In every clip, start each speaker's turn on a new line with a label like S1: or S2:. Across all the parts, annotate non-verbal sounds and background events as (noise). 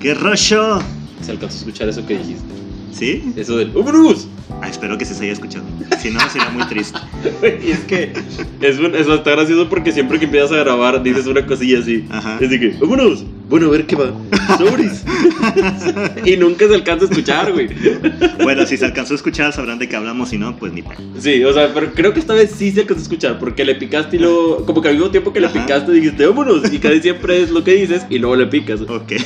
S1: ¿Qué rollo?
S2: Se alcanzó a escuchar eso que dijiste.
S1: ¿Sí?
S2: Eso del "Oh, (laughs) ¡Ubrus!
S1: Ah, espero que se haya escuchado. Si no, será muy triste.
S2: Y es que es, un, es bastante gracioso porque siempre que empiezas a grabar dices una cosilla así.
S1: Ajá. (laughs)
S2: Es de que, vámonos. Bueno, a ver qué va. Sobres. y nunca se alcanza a escuchar, güey.
S1: Bueno, si se alcanzó a escuchar, sabrán de qué hablamos. Si no, pues ni pedo.
S2: Sí, o sea, pero creo que esta vez sí se alcanzó a escuchar porque le picaste y luego, como que al mismo tiempo que le
S1: Ajá.
S2: picaste dijiste, vámonos. Y casi siempre es lo que dices y luego le picas.
S1: Ok. (laughs)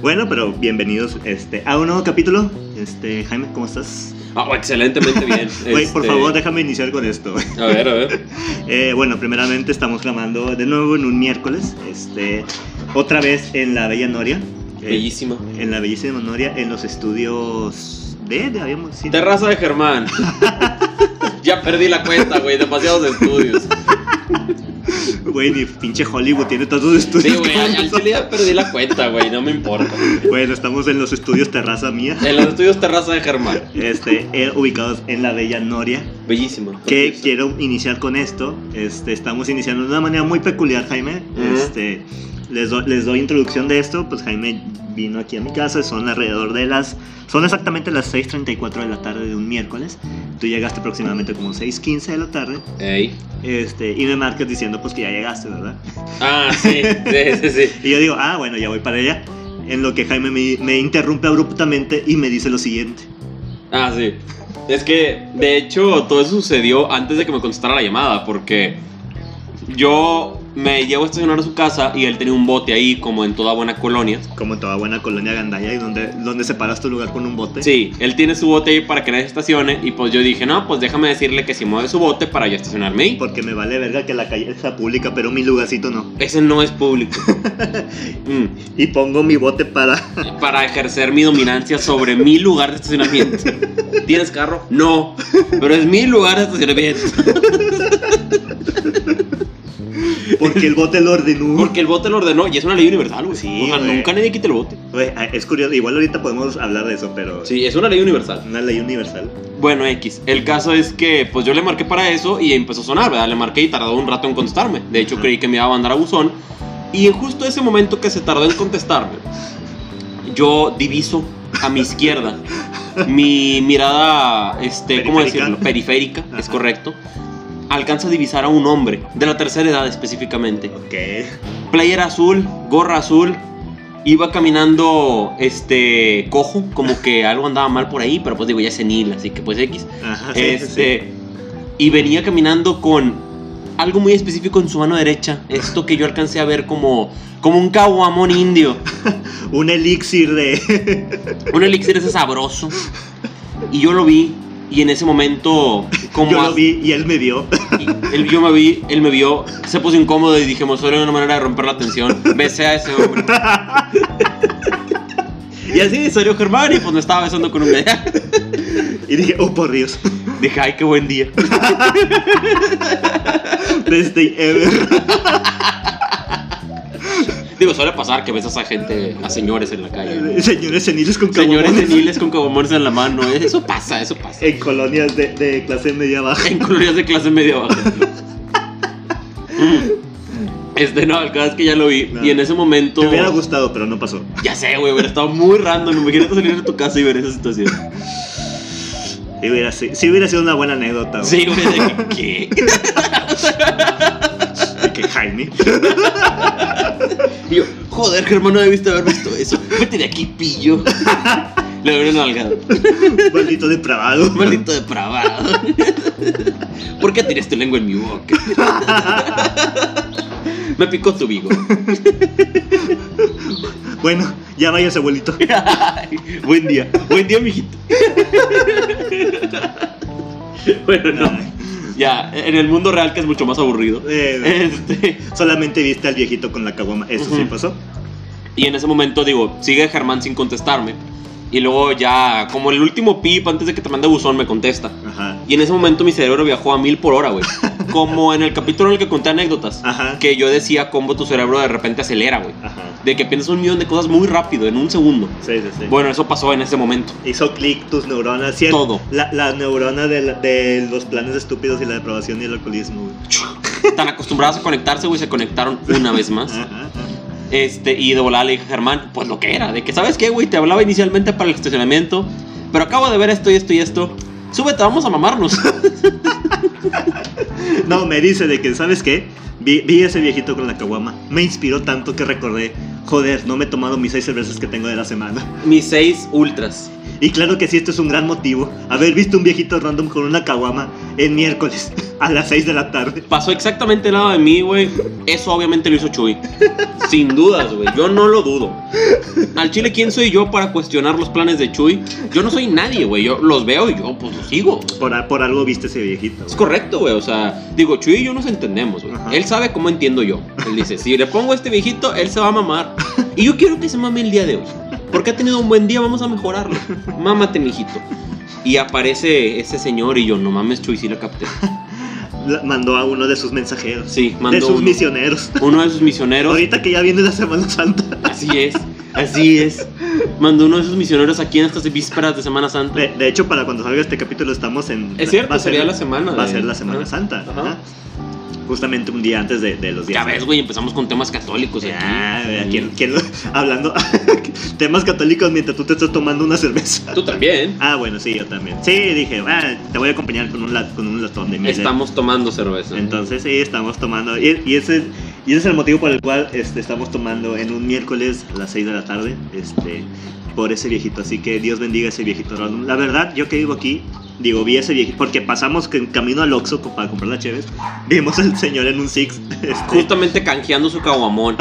S1: Bueno, pero bienvenidos este, a un nuevo capítulo. Este, Jaime, ¿cómo estás?
S2: Ah, excelentemente bien.
S1: Güey, por
S2: Este,
S1: favor, déjame iniciar con esto. (laughs)
S2: A ver, a ver.
S1: Eh, bueno, primeramente estamos grabando de nuevo en un miércoles. Este, otra vez en la Bella Noria. eh,
S2: Bellísima.
S1: en la bellísima Noria, en los estudios de, de habíamos sí.
S2: Terraza de Germán. (laughs) ya perdí la cuenta, güey. Demasiados estudios.
S1: Güey, ni pinche Hollywood tiene tantos estudios.
S2: Sí, güey,
S1: como
S2: al al
S1: nosotros.
S2: chile ya perdí la cuenta, güey, no me importa.
S1: Bueno, estamos en los estudios Terraza Mía,
S2: En los estudios Terraza de Germán.
S1: este, eh, ubicados en la Bella Noria.
S2: Bellísimo.
S1: Que quiero iniciar con esto. Este, estamos iniciando de una manera muy peculiar, Jaime.
S2: Ujú.
S1: Este, les, do- les doy introducción de esto. Pues Jaime vino aquí a mi casa. Son alrededor de las. Son exactamente las 6:34 de la tarde de un miércoles. Tú llegaste aproximadamente como 6:15 de la tarde.
S2: Ey.
S1: Este, y me marcas diciendo pues que ya llegaste, ¿verdad?
S2: Ah, sí, sí, sí, sí.
S1: Y yo digo, ah, bueno, ya voy para allá. En lo que Jaime me, me interrumpe abruptamente y me dice lo siguiente.
S2: Ah, sí. Es que, de hecho, todo eso sucedió antes de que me contestara la llamada, porque yo me llevo a estacionar a su casa y él tenía un bote ahí, como en toda buena colonia.
S1: Como en toda buena colonia gandaya y donde, donde separas tu lugar con un bote.
S2: Sí, él tiene su bote ahí para que nadie se estacione, y pues yo dije, no, pues déjame decirle que si mueve su bote para yo estacionarme ahí.
S1: Porque me vale verga que la calle sea pública, pero mi lugarcito no.
S2: Ese no es público. Mm.
S1: Y pongo mi bote para. (laughs)
S2: para ejercer mi dominancia sobre mi lugar de estacionamiento. ¿Tienes carro? No, pero es mi lugar de estacionamiento.
S1: Porque el bote lo ordenó.
S2: Porque el bote lo ordenó y es una ley universal, güey.
S1: Sí,
S2: o sea,
S1: güey.
S2: nunca nadie quita el bote.
S1: Güey, ah, es curioso, igual ahorita podemos hablar de eso, pero.
S2: Sí, es una ley universal.
S1: Una ley universal.
S2: Bueno, X. El caso es que, pues yo le marqué para eso y empezó a sonar, ¿verdad? Le marqué y tardó un rato en contestarme. De hecho,
S1: Ajá.
S2: creí que me iba a mandar a buzón. Y en justo ese momento que se tardó en contestarme, yo diviso a
S1: (laughs)
S2: mi izquierda mi mirada, este, ¿cómo
S1: Periférica.
S2: decirlo? Periférica, es
S1: Ajá.
S2: correcto. Alcanza a divisar a un hombre de la tercera edad específicamente.
S1: Ok.
S2: Player azul, gorra azul. Iba caminando, este, cojo, como que algo andaba mal por ahí, pero pues digo, ya es senil, así que pues X
S1: Ajá, (laughs) sí, sí, sí.
S2: este y venía caminando con algo muy específico en su mano derecha esto que yo alcancé a ver como como un caguamón indio
S1: Un elixir de. (laughs)
S2: un elixir ese sabroso y yo lo vi y en ese momento como
S1: Yo
S2: a-
S1: lo vi y él me vio. (laughs)
S2: y él yo me vi él me vio se puso incómodo y dijimos solo hay una manera de romper la tensión besé a ese hombre y así salió Germán y pues me estaba besando con un gallo
S1: Y dije, oh por Dios.
S2: (laughs)
S1: (laughs)
S2: dije ay qué buen día
S1: Desde eh, ever.
S2: digo suele pasar que besas a gente a señores en la calle ¿no?
S1: (laughs) Señores seniles con
S2: Señores
S1: caguamones.
S2: seniles con caguamones en la mano. ¿eh? Eso pasa, eso pasa.
S1: En colonias de, de clase media baja.
S2: En colonias de clase media baja. Mm. Este, no, el caso es que ya lo vi.
S1: No.
S2: Y en ese momento.
S1: Me hubiera gustado, pero no pasó.
S2: Ya sé, güey, hubiera estado muy random. Imagínate salir de tu casa y ver esa situación.
S1: Si hubiera, si, hubiera sido una buena anécdota. güey.
S2: Sí, güey, de que, ¿qué?
S1: De que Jaime.
S2: Y yo, joder, Germán, no debiste haber visto eso. Vete de aquí, pillo. Le doy una nalgada.
S1: Maldito
S2: (laughs)
S1: depravado.
S2: Maldito depravado. ¿Por qué tiraste lengua en mi boca? Me picó tu bigo.
S1: Bueno, ya vayas, abuelito.
S2: (laughs) Ay, buen día, buen día, mijito. bueno, no.
S1: Ay,
S2: Ya, en el mundo real que es mucho más aburrido.
S1: eh,
S2: Este,
S1: solamente viste al viejito con la caguama. Eso sí
S2: Ujú.
S1: pasó.
S2: y en ese momento digo, sigue Germán sin contestarme. Y luego ya, como el último pip antes de que te mande buzón, me contesta.
S1: Ajá.
S2: Y en ese momento mi cerebro viajó a mil por
S1: (laughs)
S2: hora, güey. Como en el capítulo en el que conté anécdotas.
S1: Ajá.
S2: Que yo decía cómo tu cerebro de repente acelera, güey.
S1: Ajá.
S2: De que piensas un millón de cosas muy rápido, en un segundo.
S1: Sí, sí, sí.
S2: Bueno, eso pasó en ese momento.
S1: Hizo clic tus neuronas. sí, el-
S2: Todo.
S1: La, la neurona de, la- de los planes estúpidos y la depravación y el alcoholismo. güey.
S2: tan acostumbradas a conectarse, güey, se conectaron una vez más.
S1: Ajá, ajá.
S2: Este, y de volada le dije a Germán, pues lo que era, de que, ¿sabes qué, güey? Te hablaba inicialmente para el estacionamiento, pero acabo de ver esto y esto y esto. Súbete, vamos a mamarnos.
S1: No, me dice de que, ¿sabes qué? Vi, vi ese viejito con la caguama. Me inspiró tanto que recordé, joder, no me he tomado mis seis cervezas que tengo de la semana.
S2: Mis seis ultras.
S1: Y claro que sí, esto es un gran motivo. Haber visto un viejito random con una caguama en miércoles a las 6 de la tarde.
S2: Pasó exactamente nada de mí, güey. Eso obviamente lo hizo Chuy. Sin dudas, güey. Yo no lo dudo. Al chile, ¿quién soy yo para cuestionar los planes de Chuy? Yo no soy nadie, güey. Yo los veo y yo, pues los sigo.
S1: Por, a- por algo viste ese viejito.
S2: Es correcto, güey. O sea, digo, Chuy y yo nos entendemos, güey.
S1: Ajá.
S2: Él sabe cómo entiendo yo. Él dice, si le pongo a este viejito, él se va a mamar. Y yo quiero que se mame el día de hoy. Porque ha tenido un buen día, vamos a mejorarlo. Mámate, mijito. Y aparece ese señor y yo, no mames, Chuy, sí la capté.
S1: La- mandó a uno de sus mensajeros.
S2: Sí,
S1: de
S2: mandó
S1: sus
S2: uno,
S1: misioneros.
S2: uno de sus misioneros.
S1: Ahorita que ya viene la Semana Santa.
S2: Así es, así es. Mandó uno de sus misioneros aquí en estas vísperas de Semana Santa.
S1: De, de hecho, para cuando salga este capítulo estamos en...
S2: Es cierto,
S1: va a
S2: sería la semana
S1: Va a
S2: de-
S1: ser la Semana
S2: ajá.
S1: Santa.
S2: Ajá.
S1: ajá. Justamente un día antes de, de los
S2: Ya
S1: días.
S2: ves, güey, empezamos con temas católicos aquí.
S1: Ah, ¿a quién- quién lo- (laughs) hablando temas católicos mientras tú te estás tomando una cerveza.
S2: Tú también.
S1: Ah, bueno, sí, yo también. Sí, dije, "Ah, te voy a acompañar con un, lat- con un latón de miel.
S2: Estamos tomando cerveza.
S1: Entonces, sí, estamos tomando. Y, y ese, y ese es el motivo por el cual este, estamos tomando en un miércoles a las 6 de la tarde. Este, por ese viejito. Así que Dios bendiga a ese viejito random. La verdad, yo que vivo aquí, digo, vi a ese viejito. Porque pasamos que en camino al Oxxo co- para comprar las cheves. Vimos al señor en un Six. (laughs) este,
S2: Justamente canjeando su
S1: (laughs)
S2: caguamón.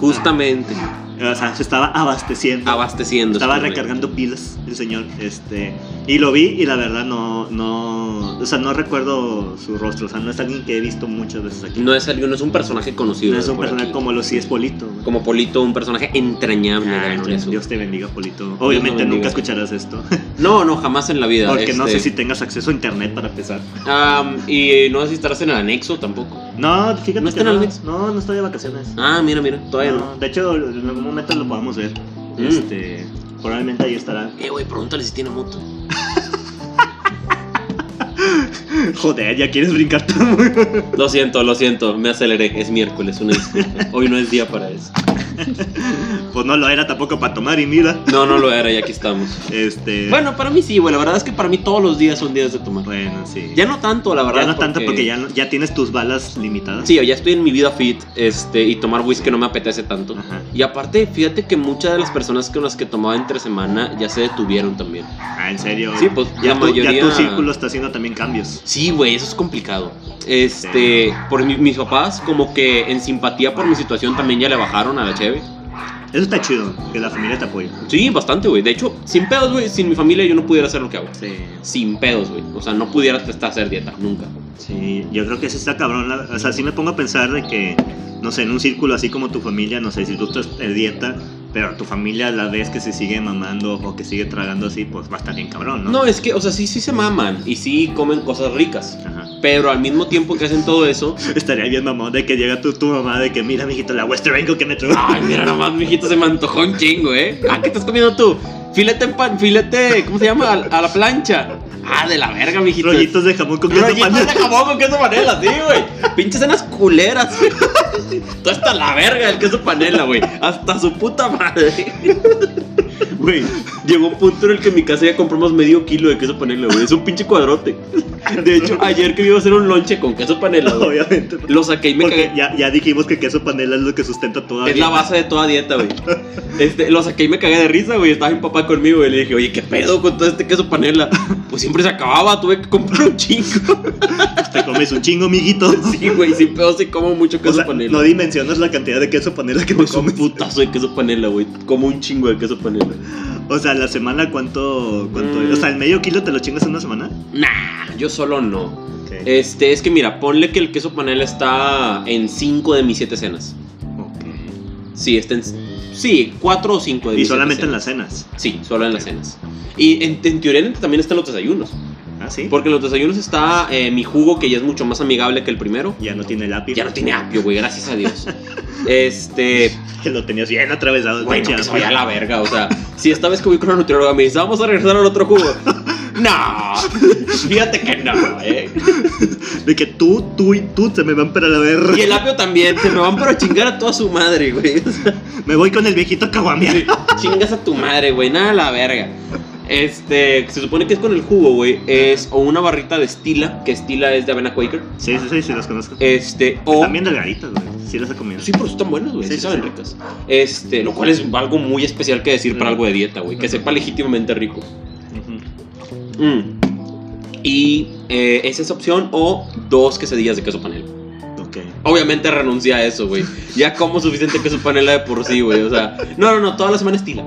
S2: Justamente
S1: o sea, se estaba abasteciendo.
S2: abasteciendo.
S1: Estaba
S2: correcto.
S1: recargando pilas el señor, este, y lo vi y la verdad no, no, o sea, no recuerdo su rostro, o sea, no es alguien que he visto muchas veces aquí.
S2: No es alguien, no es un personaje conocido.
S1: No es un
S2: por
S1: personaje
S2: aquí.
S1: como lo si es Polito. güey.
S2: Como Polito, un personaje entrañable.
S1: Ah,
S2: de la
S1: Dios,
S2: Jesús.
S1: Dios te bendiga, Polito. Obviamente
S2: bendiga.
S1: nunca escucharás
S2: (laughs)
S1: esto,
S2: No, no, jamás en la vida.
S1: porque no sé
S2: este,
S1: si tengas acceso a internet para empezar.
S2: am, y no sé si estarás en el anexo tampoco.
S1: No, fíjate
S2: ¿No está
S1: que
S2: en
S1: no,
S2: Alex?
S1: no, no estoy de vacaciones.
S2: Ah, mira, mira, todavía no.
S1: No, de hecho, en algún momento lo podamos ver.
S2: Mm.
S1: Este, probablemente ahí estará. (laughs)
S2: Eh, güey, pregúntale si tiene moto.
S1: Joder, ya quieres brincar (laughs) todo.
S2: Lo siento, lo siento, me aceleré. Es miércoles, una (laughs) disculpa. Hoy no es día para eso.
S1: pues no lo era tampoco para tomar y mira,
S2: No, no lo era y aquí estamos.
S1: este.
S2: Bueno, para mí sí, güey. La verdad es que para mí todos los días son días de tomar.
S1: Bueno, sí.
S2: Ya no tanto, la verdad.
S1: Ya no tanto porque ya, no- ya tienes tus balas limitadas.
S2: Sí, ya estoy en mi vida fit este, y tomar whisky no me apetece tanto.
S1: Ajá.
S2: Y aparte, fíjate que muchas de las personas con las que tomaba entre semana ya se detuvieron también.
S1: Ah, en serio.
S2: Sí, pues,
S1: ya,
S2: la
S1: tu, ya
S2: mayoría-
S1: tu círculo está haciendo también cambios.
S2: Sí, güey, eso es complicado. Este, por mi- mis papás, como que en simpatía por mi situación también ya le bajaron a la cheve.
S1: Eso está chido, que la familia te apoye.
S2: Sí, bastante, güey. De hecho, sin pedos, güey, sin mi familia yo no pudiera hacer lo que hago.
S1: Sí.
S2: Sin pedos, güey. O sea, no pudiera hasta hacer dieta, nunca.
S1: Sí, yo creo que eso está cabrón. la- O sea, sí me pongo a pensar de que, no sé, en un círculo así como tu familia, no sé, si tú estás en dieta, pero tu familia a la vez que se sigue mamando o que sigue tragando así, pues va a estar bien cabrón, ¿no?
S2: No, es que, o sea, sí, sí se maman y sí comen cosas ricas.
S1: Ajá.
S2: Pero al mismo tiempo que hacen todo eso.
S1: Estaría bien mamón de que llega tu, tu mamá de que, mira, mijito, la Western Bengal que me trajo.
S2: Ay, mira nomás, mijito, se me antojó un chingo, ¿eh? Ah, ¿qué estás comiendo tú? Filete en pan, filete, ¿cómo se llama? A, a la plancha. Ah, de la verga,
S1: (laughs)
S2: mijito.
S1: Rollitos de jamón con queso
S2: Rollitos
S1: panela.
S2: de jamón con queso panela, sí, güey. Pinches cenas culeras. Tú hasta la verga del queso panela, güey. Hasta su puta madre. Güey, llegó un punto en el que en mi casa ya compramos medio kilo de queso panela, güey. Es un pinche cuadrote. De hecho, ayer que me iba a hacer un lonche con queso panela,
S1: (laughs)
S2: güey.
S1: Obviamente.
S2: Lo saqué y me
S1: Porque
S2: cagué.
S1: ya, ya dijimos que queso panela es lo que sustenta toda
S2: Es la base de toda
S1: (laughs)
S2: dieta, güey. Este, lo saqué y me cagué de risa, güey. Estaba mi papá conmigo y le dije, oye, ¿qué pedo con todo este queso panela? (laughs) Pues siempre se acababa, tuve que comprar un chingo. (laughs)
S1: Te comes un chingo, mijito.
S2: Sí, güey, sin pedo sí como mucho
S1: O
S2: queso
S1: sea,
S2: panela.
S1: no dimensionas la cantidad de queso panela que te
S2: Es un
S1: comes.
S2: putazo de queso panela, güey. Como un chingo de queso panela.
S1: O sea, la semana, ¿cuánto? cuánto
S2: Mm.
S1: O sea, el medio kilo te lo chingas en una semana.
S2: Nah, yo solo no.
S1: Ok.
S2: Este, es que mira, ponle que el queso panela está en 5 de mis 7 cenas.
S1: Ok.
S2: Sí, está en. Sí, 4 o 5 de
S1: Y
S2: mis siete
S1: solamente en
S2: cenas.
S1: las cenas.
S2: Sí, solo en las cenas. Y en, en teoría también están los desayunos.
S1: ¿Ah, sí?
S2: Porque en los desayunos está eh, mi jugo, que ya es mucho más amigable que el primero.
S1: Ya no tiene lápiz.
S2: Ya no tiene apio, güey, gracias a Dios. Este.
S1: Que lo tenías bien atravesado. el
S2: Bueno,
S1: pinche
S2: que se
S1: árbol.
S2: vaya a la verga, o sea, si esta vez que voy con la nutrióloga me dice, vamos a regresar al otro jugo. No, fíjate que no, eh.
S1: De que tú, tú y tú se me van para la verga.
S2: Y el apio también, se me van pero a chingar a toda su madre, güey. O sea,
S1: Me voy con el viejito caguamear.
S2: sí, chingas a tu madre, güey, nada de la verga. Este, se supone que es con el jugo, güey. Es o una barrita de estila, que estila es de avena Quaker.
S1: Sí, sí, sí, sí, los conozco.
S2: Este, o.
S1: Están bien delgaditos, güey. Sí, los he comido.
S2: Sí, pero están buenas, güey.
S1: Sí,
S2: Sí,
S1: sí,
S2: saben
S1: sí.
S2: ricas. Este, lo cual es algo muy especial que decir para algo de dieta, güey. Que sepa legítimamente rico.
S1: Ujú.
S2: Mm. Y eh, es esa opción o dos quesadillas de queso panela.
S1: Ok.
S2: Obviamente renuncia a eso, güey. Ya como suficiente queso panela de por sí, güey. O sea, no, no, no, toda la semana estila.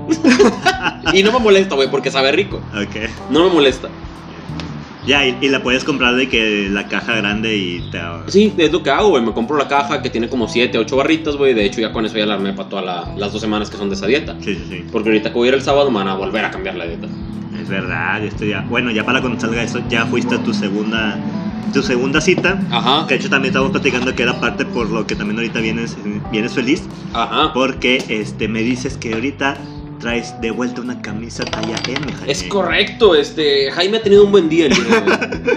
S2: (laughs) y no me molesta, güey, porque sabe rico.
S1: Ok.
S2: No me molesta.
S1: Ya, y, y la puedes comprar de que la caja grande y te.
S2: Sí, es lo que hago, güey. Me compro la caja que tiene como 7, 8 barritas, güey. De hecho, ya con eso ya la armé para todas la- las dos semanas que son de esa dieta.
S1: Sí, sí, sí.
S2: Porque ahorita que voy a ir el sábado, me van a volver a cambiar la dieta.
S1: Es verdad, esto ya. Bueno, ya para cuando salga eso, ya fuiste a tu segunda. Tu segunda cita.
S2: Ajá,
S1: Que de hecho también estamos platicando que era parte por lo que también ahorita vienes, vienes feliz.
S2: ajá.
S1: Porque este me dices que ahorita traes de vuelta una camisa talla M, Jaime.
S2: Es correcto, este. Jaime ha tenido un buen día el día de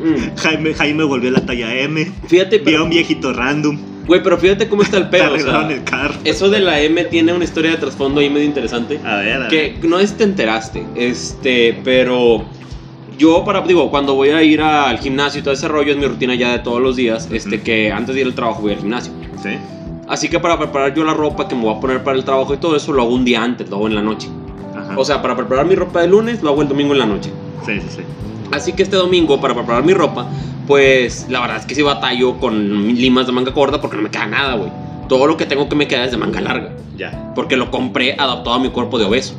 S2: (laughs) hoy. Mm.
S1: Jaime, Jaime volvió a la talla M.
S2: Fíjate,
S1: Vio a
S2: pero,
S1: un viejito random.
S2: güey, pero fíjate cómo está el
S1: Te
S2: pedo. o sea,
S1: arreglaron el carro.
S2: eso de la M tiene una historia de trasfondo ahí medio interesante.
S1: A ver, a ver.
S2: eh, Que no es te enteraste, este, pero yo para, digo, cuando voy a ir al gimnasio y todo ese rollo es mi rutina ya de todos los días, este,
S1: Ujú.
S2: que antes de ir al trabajo voy al gimnasio.
S1: Sí.
S2: Así que para preparar yo la ropa que me voy a poner para el trabajo y todo eso lo hago un día antes, lo hago en la noche.
S1: Ajá.
S2: O sea, para preparar mi ropa de lunes lo hago el domingo en la noche.
S1: sí, sí, sí.
S2: Así que este domingo, para preparar mi ropa, pues la verdad es que sí batallo con limas de manga corta porque no me queda nada, güey. Todo lo que tengo que me queda es de manga larga.
S1: Ya.
S2: Porque lo compré adaptado a mi cuerpo de obeso.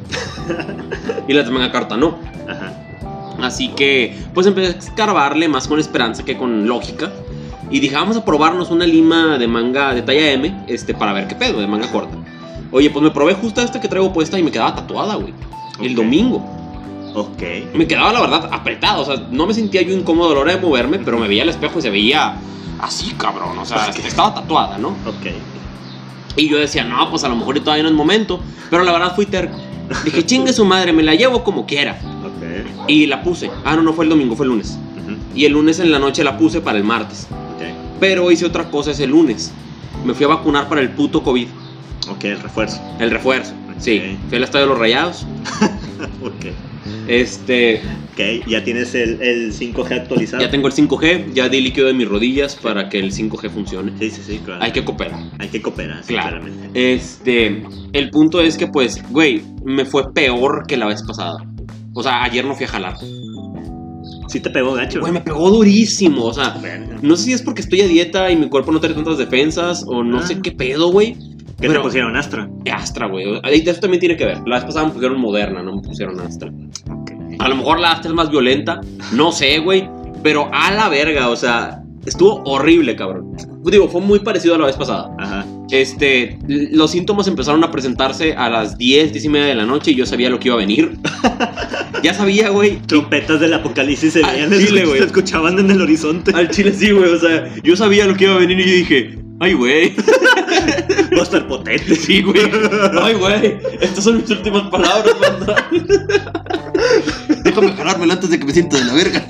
S2: (laughs) y las de manga corta no.
S1: Ajá.
S2: Así que, pues empecé a escarbarle más con esperanza que con lógica. Y dije, vamos a probarnos una lima de manga de talla M, este, para ver qué pedo, de manga corta. Oye, pues me probé justo esta que traigo puesta y me quedaba tatuada, güey. El
S1: Ok.
S2: domingo.
S1: Ok.
S2: Me quedaba, la verdad, apretado. O sea, no me sentía yo incómodo a la hora de moverme, pero me veía al espejo y se veía así, cabrón. O sea, estaba tatuada, ¿no?
S1: Ok.
S2: Y yo decía, no, pues a lo mejor todavía no es momento. Pero la verdad fui terco. Dije, chingue su madre, me la llevo como quiera.
S1: Ok.
S2: Y la puse. Ah, no, no fue el domingo, fue el lunes.
S1: Ujú.
S2: Y el lunes en la noche la puse para el martes.
S1: Ok.
S2: Pero hice otra cosa ese lunes. Me fui a vacunar para el puto COVID.
S1: Ok, el refuerzo. (laughs)
S2: El refuerzo. Sí.
S1: Ok.
S2: Fui al estadio de los rayados.
S1: Ok.
S2: Este.
S1: Ok, ya tienes el, el 5G actualizado.
S2: Ya tengo el 5G. Ya di líquido de mis rodillas para que el 5G funcione.
S1: Sí, sí, sí, claro.
S2: Hay que cooperar.
S1: Hay que cooperar, sí,
S2: Claro.
S1: claramente.
S2: Este, el punto es que, pues, güey, me fue peor que la vez pasada. O sea, ayer no fui a jalar.
S1: Sí te pegó gacho.
S2: Güey, me pegó durísimo. O sea,
S1: Verga.
S2: no sé si es porque estoy a dieta y mi cuerpo no tiene tantas defensas o no
S1: Ah.
S2: sé qué pedo, güey.
S1: ¿Qué te
S2: pero-
S1: pusieron, Astra?
S2: Astra, güey. Ahí Eso también tiene que ver. La vez pasada me pusieron moderna, no me pusieron Astra. A lo mejor la Astra es más violenta. No sé, güey. Pero a la verga, o sea, estuvo horrible, cabrón. Digo, fue muy parecido a la vez pasada.
S1: Ajá.
S2: Este, l- los síntomas empezaron a presentarse a las 10, 10 y media de la noche y yo sabía lo que iba a venir. ya sabía, güey.
S1: Trompetas del apocalipsis se
S2: Al
S1: veían,
S2: chile,
S1: escuch-
S2: Ah, güey.
S1: se escuchaban en el
S2: (laughs)
S1: horizonte.
S2: Al chile sí, güey. O sea, yo sabía lo que iba a venir y yo dije, ay, güey.
S1: Va a estar potente.
S2: Sí, güey. Ay, güey. Estas son mis últimas palabras, banda.
S3: Déjame jalármelo antes de que me sienta de la verga.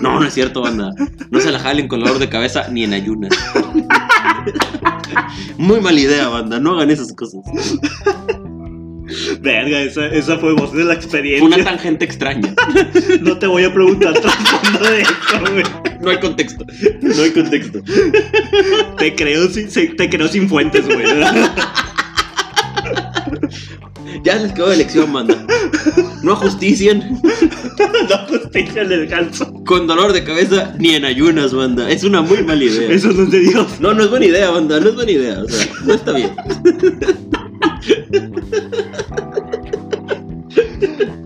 S2: No, no es cierto, banda. No se la jalen con dolor de cabeza ni en ayunas.
S3: Muy mala idea, banda. No hagan esas cosas.
S1: Verga, esa, esa fue voz de la
S2: Fue
S1: experiencia.
S2: una tangente extraña.
S1: No te voy a preguntar (laughs) trasfondo de eso, güey.
S2: No hay contexto. No hay contexto.
S1: Te creo sin, se- te creo sin fuentes, güey.
S2: (laughs) Ya les quedó de elección, banda. No ajusticien.
S1: (laughs) No justicia en el calzo.
S2: Con dolor de cabeza ni en ayunas, banda. Es una muy mala idea.
S1: Eso no es de Dios.
S2: No, no es buena idea, banda. No es buena idea. O sea, no está bien.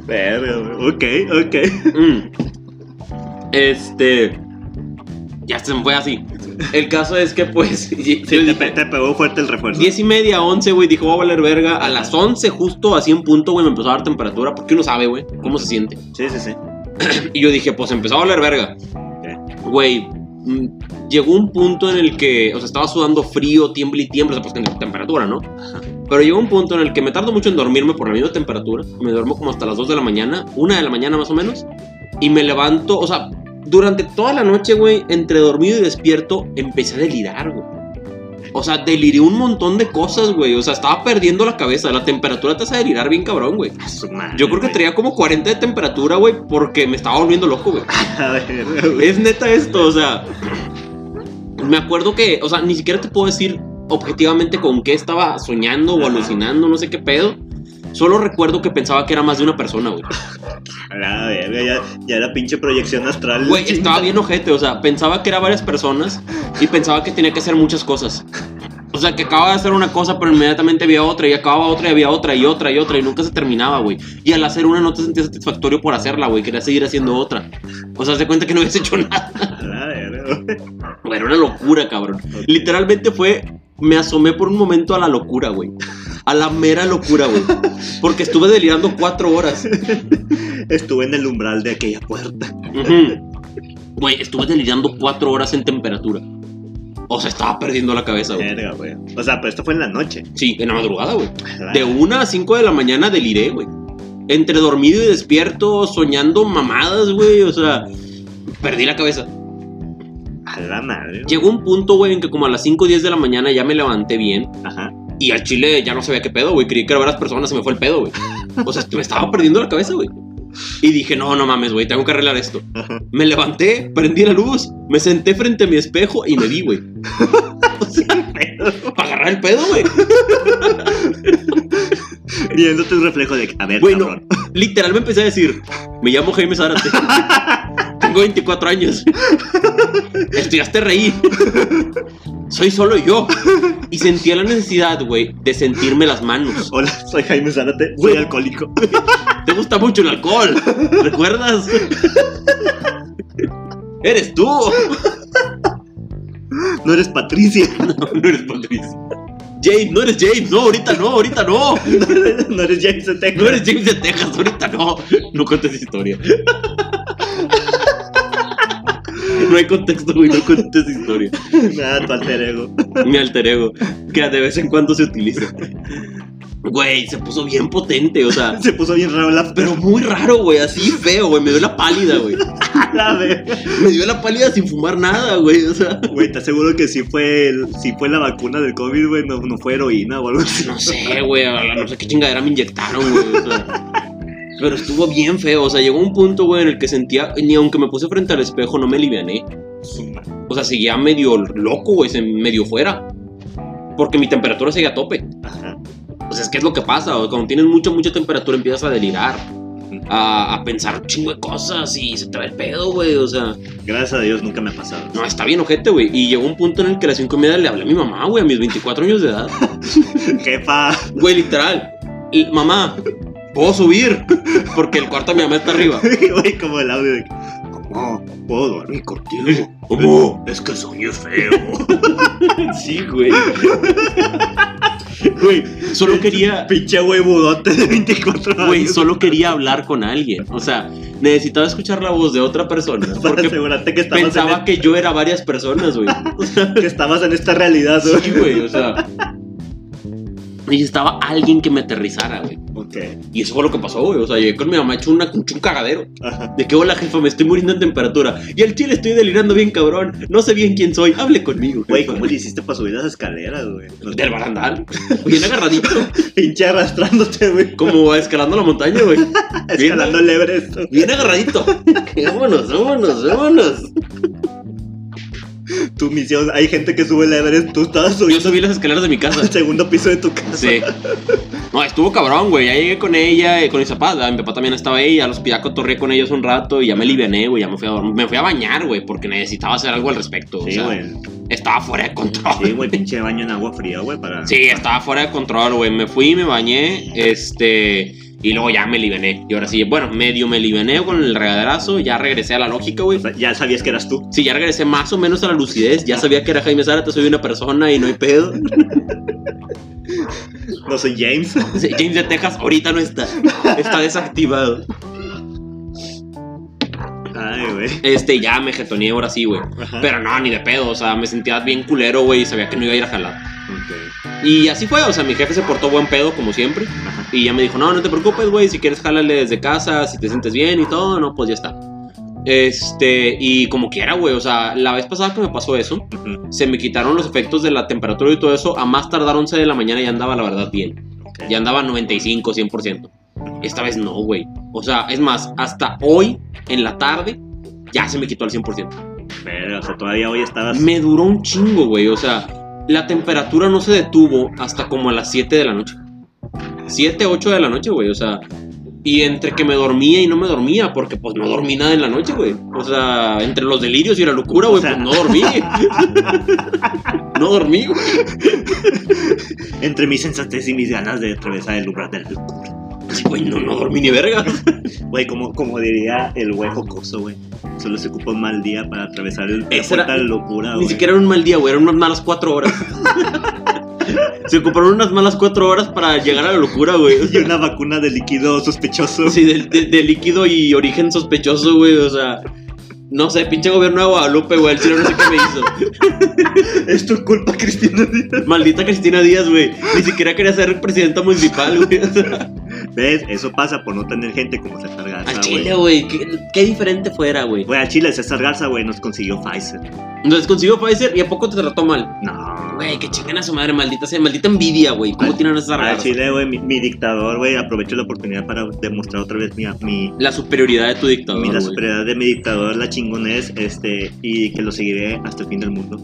S1: Verga, güey. Ok, ok.
S2: Mm. Este. Ya se me fue así. El caso es que, pues. (laughs) Sí,
S1: Sí, te, pe- te pegó fuerte el refuerzo.
S2: 10 y media, 11, güey, dijo, va a valer verga. A las 11, justo así en punto, güey, me empezó a dar temperatura. Porque uno sabe, güey, cómo se siente.
S1: Sí, sí, sí.
S2: Y yo dije, pues empezó a valer verga. Güey, mm, llegó un punto en el que, o sea, estaba sudando frío, tiembla y tiembla, o sea, pues con temperatura, ¿no? Pero llegó un punto en el que me tardo mucho en dormirme por la misma temperatura. Me duermo como hasta las 2 de la mañana, 1 de la mañana más o menos. Y me levanto, o sea, durante toda la noche, güey, entre dormido y despierto, empecé a delirar, güey. O sea, deliré un montón de cosas, güey. O sea, estaba perdiendo la cabeza. La temperatura te hace delirar bien cabrón, güey.
S1: A su madre,
S2: Yo creo que
S1: güey.
S2: traía como 40 de temperatura, güey, porque me estaba volviendo loco, güey.
S1: (laughs) A ver, güey.
S2: Es neta esto, o sea. Me acuerdo que, o sea, ni siquiera te puedo decir objetivamente con qué estaba soñando o
S1: Ajá.
S2: alucinando, no sé qué pedo. Solo recuerdo que pensaba que era más de una persona, güey.
S1: A la verga, ya, ya era pinche proyección astral.
S2: Güey, estaba bien ojete, o sea, pensaba que era varias personas y pensaba que tenía que hacer muchas cosas. O sea, que acababa de hacer una cosa, pero inmediatamente había otra y acababa otra y había otra y otra y otra y nunca se terminaba, güey. Y al hacer una no te sentías satisfactorio por hacerla, güey, querías seguir haciendo otra. O sea, se cuenta que no habías (laughs) hecho nada.
S1: A la verga, güey.
S2: Güey, Era una locura, cabrón.
S1: Ok.
S2: Literalmente fue. Me asomé por un momento a la locura, güey. A la mera locura, güey. Porque estuve delirando cuatro horas.
S1: Estuve en el umbral de aquella puerta.
S2: Ujú. Güey, estuve delirando cuatro horas en temperatura. O sea, estaba perdiendo la cabeza, güey.
S1: Verga, güey. O sea, pero esto fue en la noche.
S2: Sí, en la madrugada, güey.
S1: ¿verdad?
S2: De una a cinco de la mañana deliré, güey. Entre dormido y despierto, soñando mamadas, güey. O sea, perdí la cabeza.
S1: A la madre. güey.
S2: Llegó un punto, güey, en que como a las 5 o 10 de la mañana ya me levanté bien.
S1: Ajá. (laughs)
S2: Y al chile ya no sabía qué pedo, güey. Creí que era varias personas, se me fue el pedo, güey. O sea, me estaba perdiendo la cabeza, güey. Y dije, no, no mames, güey, tengo que arreglar esto. Me levanté, prendí la luz, me senté frente a mi espejo y me vi, güey. O sea, para agarrar el pedo, güey.
S1: Viendo tu reflejo de. A ver,
S2: Bueno,
S1: cabrón.
S2: literal me empecé a decir, me llamo Jaime Zárate. Tengo 24 años. Estudiaste reí. Soy solo yo. Y sentía la necesidad, güey, de sentirme las manos.
S1: Hola, soy Jaime Zárate. Soy
S2: Güey.
S1: alcohólico. (laughs)
S2: Te gusta mucho el alcohol, ¿recuerdas? Eres tú. (laughs)
S1: No eres
S2: (laughs)
S1: Patricia. (laughs)
S2: No, no eres Patricia. James, no eres James, no, ahorita no, ahorita no.
S1: No eres James de Texas.
S2: No eres James de Texas, ahorita no. No cuentes esa historia. No hay contexto, güey, no cuentes esa historia.
S1: Nada, tu alter ego.
S2: Mi alter ego, que de vez en cuando se utiliza. Güey, se puso bien potente, o sea,
S1: Se puso bien raro la.
S2: (laughs) pero muy raro, güey, así feo, güey, me dio la pálida, güey.
S1: A la verga.
S2: (laughs) Me dio la pálida sin fumar nada, güey. O sea,
S1: Güey, te aseguro que sí fue, el- sí fue la vacuna del COVID, güey. No, no fue heroína o algo así.
S2: no sé, güey. a la- No sé qué chingadera me inyectaron, güey. o sea. pero estuvo bien feo. O sea, llegó un punto, güey, en el que sentía. Ni aunque me puse frente al espejo, no me aliviané. O sea, seguía medio loco, güey. se- Medio fuera. Porque mi temperatura seguía a tope.
S1: Ajá.
S2: O sea, es que es lo que pasa. o Cuando tienes mucha, mucha temperatura, empiezas a delirar. A, a pensar un chingo de cosas y se te va el pedo, güey. O sea.
S1: Gracias a Dios nunca me ha pasado. (laughs)
S2: No, está bien ojete, güey. Y llegó un punto en el que a las 5 y media le hablé a mi mamá, güey, a mis 24 años de edad.
S1: Jefa.
S2: Güey, literal. Y, mamá, puedo subir. Porque el cuarto de mi mamá está arriba.
S1: (laughs) Güey, como el audio de. ¿Cómo? ¿Puedo dormir contigo?
S2: Eh, ¿Cómo?
S1: (laughs) Es que soñé feo. (laughs)
S2: Sí, güey. Güey, solo quería.
S1: Pinche güey budote de 24 años.
S2: Güey, solo quería hablar con alguien. O sea, necesitaba escuchar la voz de otra
S1: (laughs)
S2: persona.
S1: Para
S2: Porque
S1: asegurarte que estabas, en, e-,
S2: pensaba que yo era varias personas, güey. O sea,
S1: que estabas en esta realidad,
S2: (laughs)
S1: güey.
S2: sí, güey, o sea. Y estaba alguien que me aterrizara, güey.
S1: Ok.
S2: Y eso fue lo que pasó, güey. O sea, llegué con mi mamá hecho, una, hecho un cagadero.
S1: Ajá.
S2: De que hola jefa, me estoy muriendo en temperatura. Y al chile estoy delirando bien cabrón. No sé bien quién soy. Hable conmigo.
S1: Güey,
S2: jefa".
S1: ¿cómo le hiciste para subir las escaleras, güey? No
S2: Del barandal. Bien agarradito.
S1: (laughs) Pinche arrastrándote, güey.
S2: Como escalando la montaña, güey. Bien,
S1: (laughs) Escalando el Everest.
S2: Bien agarradito. vámonos, vámonos, vámonos.
S1: Tu misión. Hay gente que sube el Everest. Tú estabas
S2: Yo
S1: subiendo
S2: subí las escaleras de mi casa.
S1: al segundo piso de tu casa.
S2: Sí. No, estuvo cabrón, güey. Ya llegué con ella, eh, con mis papás. ah, Mi papá también estaba ahí. Ya los pillacos torré con ellos un rato y ya me aliviané, güey. Ya me fui a dormir. Me fui a bañar, güey, porque necesitaba hacer algo al respecto. o
S1: Sí,
S2: sea,
S1: güey.
S2: estaba fuera de control.
S1: Sí, güey, pinche baño en agua fría, güey, para...
S2: Sí, estaba fuera de control, güey. Me fui, me bañé, este. Y luego ya me libané. Y ahora sí, bueno, medio me libané con el regaderazo. Ya regresé a la lógica, güey.
S1: O sea, ya sabías que eras tú.
S2: Sí, ya regresé más o menos a la lucidez. Ya sabía que era Jaime Zárate, soy una persona y no hay pedo.
S1: No soy
S2: (laughs)
S1: James.
S2: Sí, James de Texas ahorita no está. Está desactivado.
S1: Ay, güey.
S2: Este, ya me jetoneé ahora sí, güey.
S1: Ajá.
S2: Pero no, ni de pedo. O sea, me sentía bien culero, güey. Y sabía que no iba a ir a jalar.
S1: Ok.
S2: Y así fue, o sea, mi jefe se portó buen pedo como siempre.
S1: Ajá.
S2: Y ya me dijo, no, no te preocupes, güey, si quieres jálale desde casa, si te sientes bien y todo, no, pues ya está. Este, y como quiera, güey, o sea, la vez pasada que me pasó eso,
S1: Ujú.
S2: se me quitaron los efectos de la temperatura y todo eso, a más tardar 11 de la mañana ya andaba, la verdad, bien.
S1: Ok.
S2: Ya andaba 95, 100%. Esta vez no, güey. O sea, es más, hasta hoy, en la tarde, ya se me quitó al 100%.
S1: Verga, o sea, todavía hoy estabas.
S2: Me duró un chingo, güey. O sea, la temperatura no se detuvo hasta como a las 7 de la noche. 7, 8 de la noche, güey. O sea, y entre que me dormía y no me dormía, porque pues no dormí nada en la noche, güey. O sea, entre los delirios y la locura,
S1: O
S2: güey,
S1: sea-
S2: pues no dormí. (laughs) no dormí, güey.
S1: Entre mi sensatez y mis ganas de atravesar el umbral del.
S2: Sí, güey, no, no dormí ni verga.
S1: Ah, Güey, como, como diría el güey jocoso, güey. Solo se ocupa un mal día para atravesar el, la
S2: Esa era-
S1: puerta de locura,
S2: Ni
S1: güey.
S2: siquiera era un mal día, güey. Eran unas malas
S1: (laughs)
S2: 4 horas. Se ocuparon unas malas 4 horas para llegar a la locura, güey.
S1: Y una vacuna de líquido sospechoso.
S2: Sí, de, de- de líquido y origen sospechoso, güey. O sea, no sé, pinche gobierno de Guadalupe, güey. El chile no sé qué me (laughs) hizo.
S1: Es tu culpa, Cristiano.
S2: Maldita Cristina Díaz, güey. Ni siquiera quería ser presidenta municipal, (laughs) güey. O sea,
S1: ¿Ves? Eso pasa por no tener gente como César Garza,
S2: al
S1: güey.
S2: chile, Ah, güey. Qué, qué diferente fuera, güey.
S1: Güey, al chile César Garza, güey, nos consiguió Pfizer.
S2: Entonces consiguió Pfizer y a poco te trató mal.
S1: No.
S2: Güey, que chinguen a su madre, maldita sea. Maldita envidia, güey. ¿Cómo
S1: Al-
S2: tienen esas
S1: Al
S2: raras?
S1: chile, güey, mi, mi dictador, güey, aprovecho la oportunidad para demostrar otra vez mi, mi,
S2: La superioridad de tu dictador,
S1: mi- la
S2: güey.
S1: superioridad de mi dictador, la chingonés, este, y que lo seguiré hasta el fin del mundo.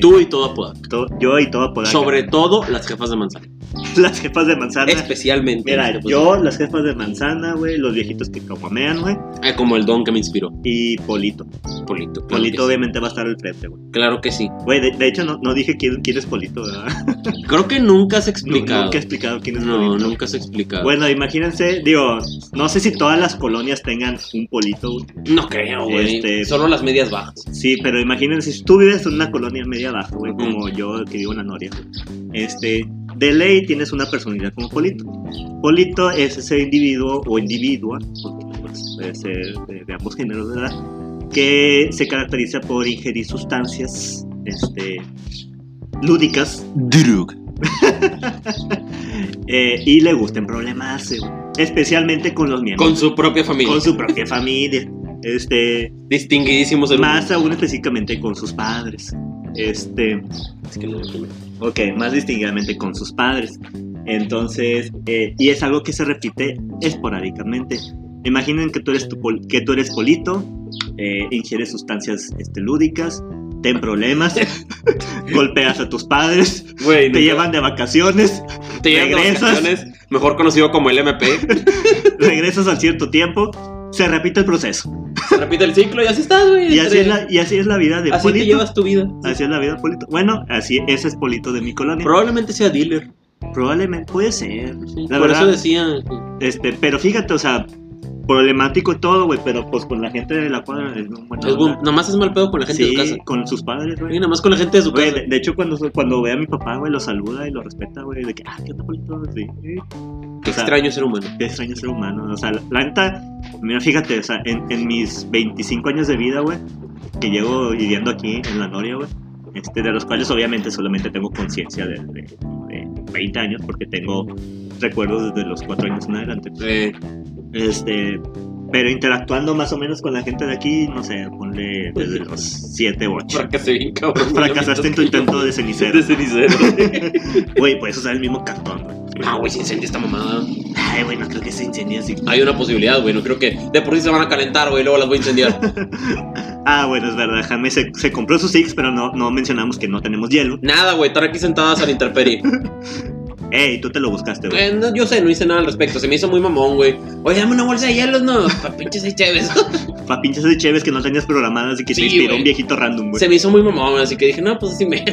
S2: Tú y todo apodaca.
S1: To- yo y todo por
S2: Sobre todo las jefas de manzana.
S1: (laughs) las jefas de manzana.
S2: Especialmente.
S1: Mira,
S2: las jefas
S1: yo, las jefas de manzana, güey, los viejitos que comamean, güey,
S2: de- Ah, como el don que me inspiró.
S1: y Polito. Polito
S2: Polito. claro que sí.
S1: obviamente va a estar al frente, güey.
S2: Claro que sí.
S1: Güey, de, de hecho no, no dije quién, quién es Polito, ¿verdad? (laughs)
S2: Creo que nunca se ha
S1: Nu-
S2: explicado.
S1: Nunca he explicado quién es
S2: No,
S1: Polito.
S2: nunca se ha explicado.
S1: Bueno, imagínense, digo, no sé si todas las colonias tengan un polito, güey.
S2: no creo, güey.
S1: este-
S2: Solo las medias bajas.
S1: Sí, pero imagínense, si tú vives en una colonia media baja, güey, como yo que vivo en la Noria, güey, este, de ley tienes una personalidad como Polito. Polito es ese individuo o individua, porque, pues, puede ser de, de ambos géneros, ¿verdad? Que se caracteriza por ingerir sustancias, este, lúdicas (laughs)
S3: Drug.
S1: eh, y le gusten problemas, eh, especialmente con los miembros,
S2: Con su propia familia.
S1: con su propia familia, este...
S2: Distinguidísimo ser humano.
S1: Más aún específicamente con sus padres. Este,
S2: Es que no, que me-
S1: ok, más distinguidamente con sus padres. Entonces, eh, y es algo que se repite esporádicamente. Imaginen que tú eres, tu pol- que tú eres polito, eh, ingieres sustancias este, lúdicas, ten
S2: (laughs)
S1: problemas, golpeas a tus padres,
S2: Güey,
S1: te
S2: nunca-
S1: llevan de vacaciones,
S2: te llevan de
S1: regresas.
S2: vacaciones, mejor conocido como el MP.
S1: regresas al cierto tiempo, se repite el proceso.
S2: Se repite el ciclo y así estás, güey.
S1: Y así
S2: entre-
S1: es la, y así es la vida de
S2: así te
S1: polito.
S2: llevas tu vida.
S1: Así es la vida de polito. Bueno, así ese es polito de mi colonia.
S2: Probablemente sea dealer.
S1: Probablemente puede ser.
S2: sí.
S1: La
S2: Por
S1: verdad-
S2: eso decía.
S1: Este, pero fíjate, o sea, problemático y todo, güey, pero pues con la gente de la cuadra es un buen
S2: Es buen- nomás es mal pedo con la gente de su casa.
S1: con sus padres,
S2: Y
S1: güey.
S2: nada más con la gente de su
S1: Güey,
S2: casa.
S1: de, de hecho, cuando, cuando ve a mi papá, güey, lo saluda y lo respeta, güey, de que, ah, qué onda, Polito, sí, sí,
S2: Qué
S1: o sea,
S2: extraño ser humano.
S1: qué extraño ser humano, o sea, la, la neta, mira, fíjate, o sea, en, en mis 25 años de vida, güey, que llevo viviendo aquí en la Noria, güey, este, de los cuales obviamente solamente tengo conciencia de, de, de 20 años, porque tengo recuerdos desde los 4 años en adelante,
S2: Eh,
S1: Este, pero interactuando más o menos con la gente de aquí, no sé, ponle desde los 7 u 8.
S2: fracasé bien, cabrón.
S1: Fracasaste en tu intento de cenicero.
S2: (laughs) de cenicero.
S1: (laughs) Güey, puedes usar el mismo cartón, güey.
S2: No, Ah, güey, se incendió esta mamada.
S1: Ay, güey, no creo que se incendie así.
S2: Hay una posibilidad, güey. No creo que. De por sí se van a calentar, güey. Luego las voy a
S1: (laughs)
S2: incendiar.
S1: Ah, bueno, es verdad, Jaime se, se compró sus Six, pero no, no mencionamos que no tenemos hielo.
S2: Nada, güey. Estar aquí sentadas al interperi.
S1: Ey, tú te lo buscaste, güey.
S2: yo sé, no hice nada al respecto. Se me hizo muy mamón, güey. Oye, dame una bolsa de hielos,
S1: (laughs)
S2: no. Pa' pinches seis chéves.
S1: Pa' pinches de cheves que no tenías programadas y que
S2: Sí,
S1: te inspiró
S2: güey.
S1: un viejito random, güey.
S2: Se me hizo muy mamón, así que dije, no, pues así me.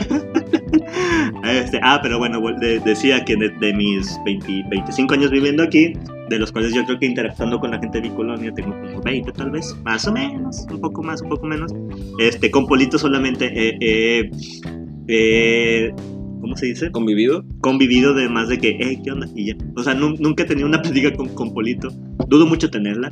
S1: Este, ah, pero bueno, vol- de- decía que de, de mis 20 25 años viviendo aquí, de los cuales yo creo que interactuando con la gente de mi colonia tengo como 20 tal vez, más o menos, un poco más, un poco menos. Este, con Polito solamente eh, eh, eh, ¿cómo se dice?
S2: ¿Convivido?
S1: Convivido de más de que, eh, ¿qué onda? Y ya. O sea, nun- nunca he tenido una plática con, con Polito. Dudo mucho tenerla,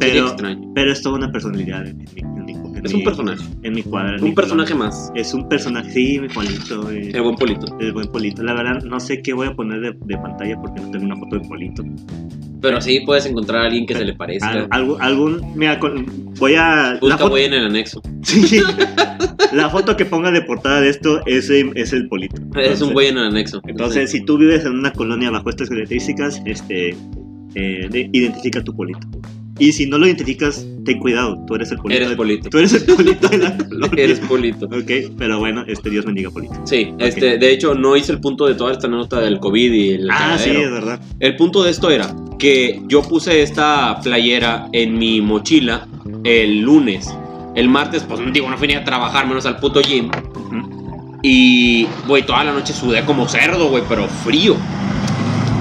S2: Sería
S1: pero,
S2: extraño.
S1: pero es toda una personalidad en mi, en mi colonia. en
S2: Es
S1: mi-
S2: un personaje.
S1: En mi cuadra. en mi
S2: Un personaje
S1: colonia.
S2: más.
S1: Es un personaje, sí, mi Polito. eh,
S2: El buen Polito.
S1: el buen Polito. La verdad, no sé qué voy a poner de, de pantalla porque no tengo una foto de Polito.
S2: Pero sí puedes encontrar a alguien que se le parezca.
S1: Al- algún, algún- mira, con- voy a... Ah, La
S2: Busca
S1: foto,
S2: güey en el anexo.
S1: (laughs)
S2: (laughs)
S1: sí. la foto que ponga de portada de esto es, eh, es el Polito.
S2: es un güey en el anexo.
S1: Entonces, si tú vives en una colonia bajo estas características, este, eh, de- identifica tu polito. Y si no lo identificas, ten cuidado, tú eres el polito.
S2: Eres
S1: de-
S2: Polito.
S1: Tú eres el polito de la colonia.
S2: (laughs) Eres Polito.
S1: Ok, pero bueno, este Dios bendiga polito.
S2: Sí, este, de hecho no hice el punto de toda esta nota del COVID y el
S1: Ah, sí,
S2: cagadero.
S1: es verdad.
S2: El punto de esto era que yo puse esta playera en mi mochila el lunes. El martes, pues digo, no fui ni a trabajar, menos al puto gym. Y, güey, toda la noche sudé como cerdo, güey, pero frío.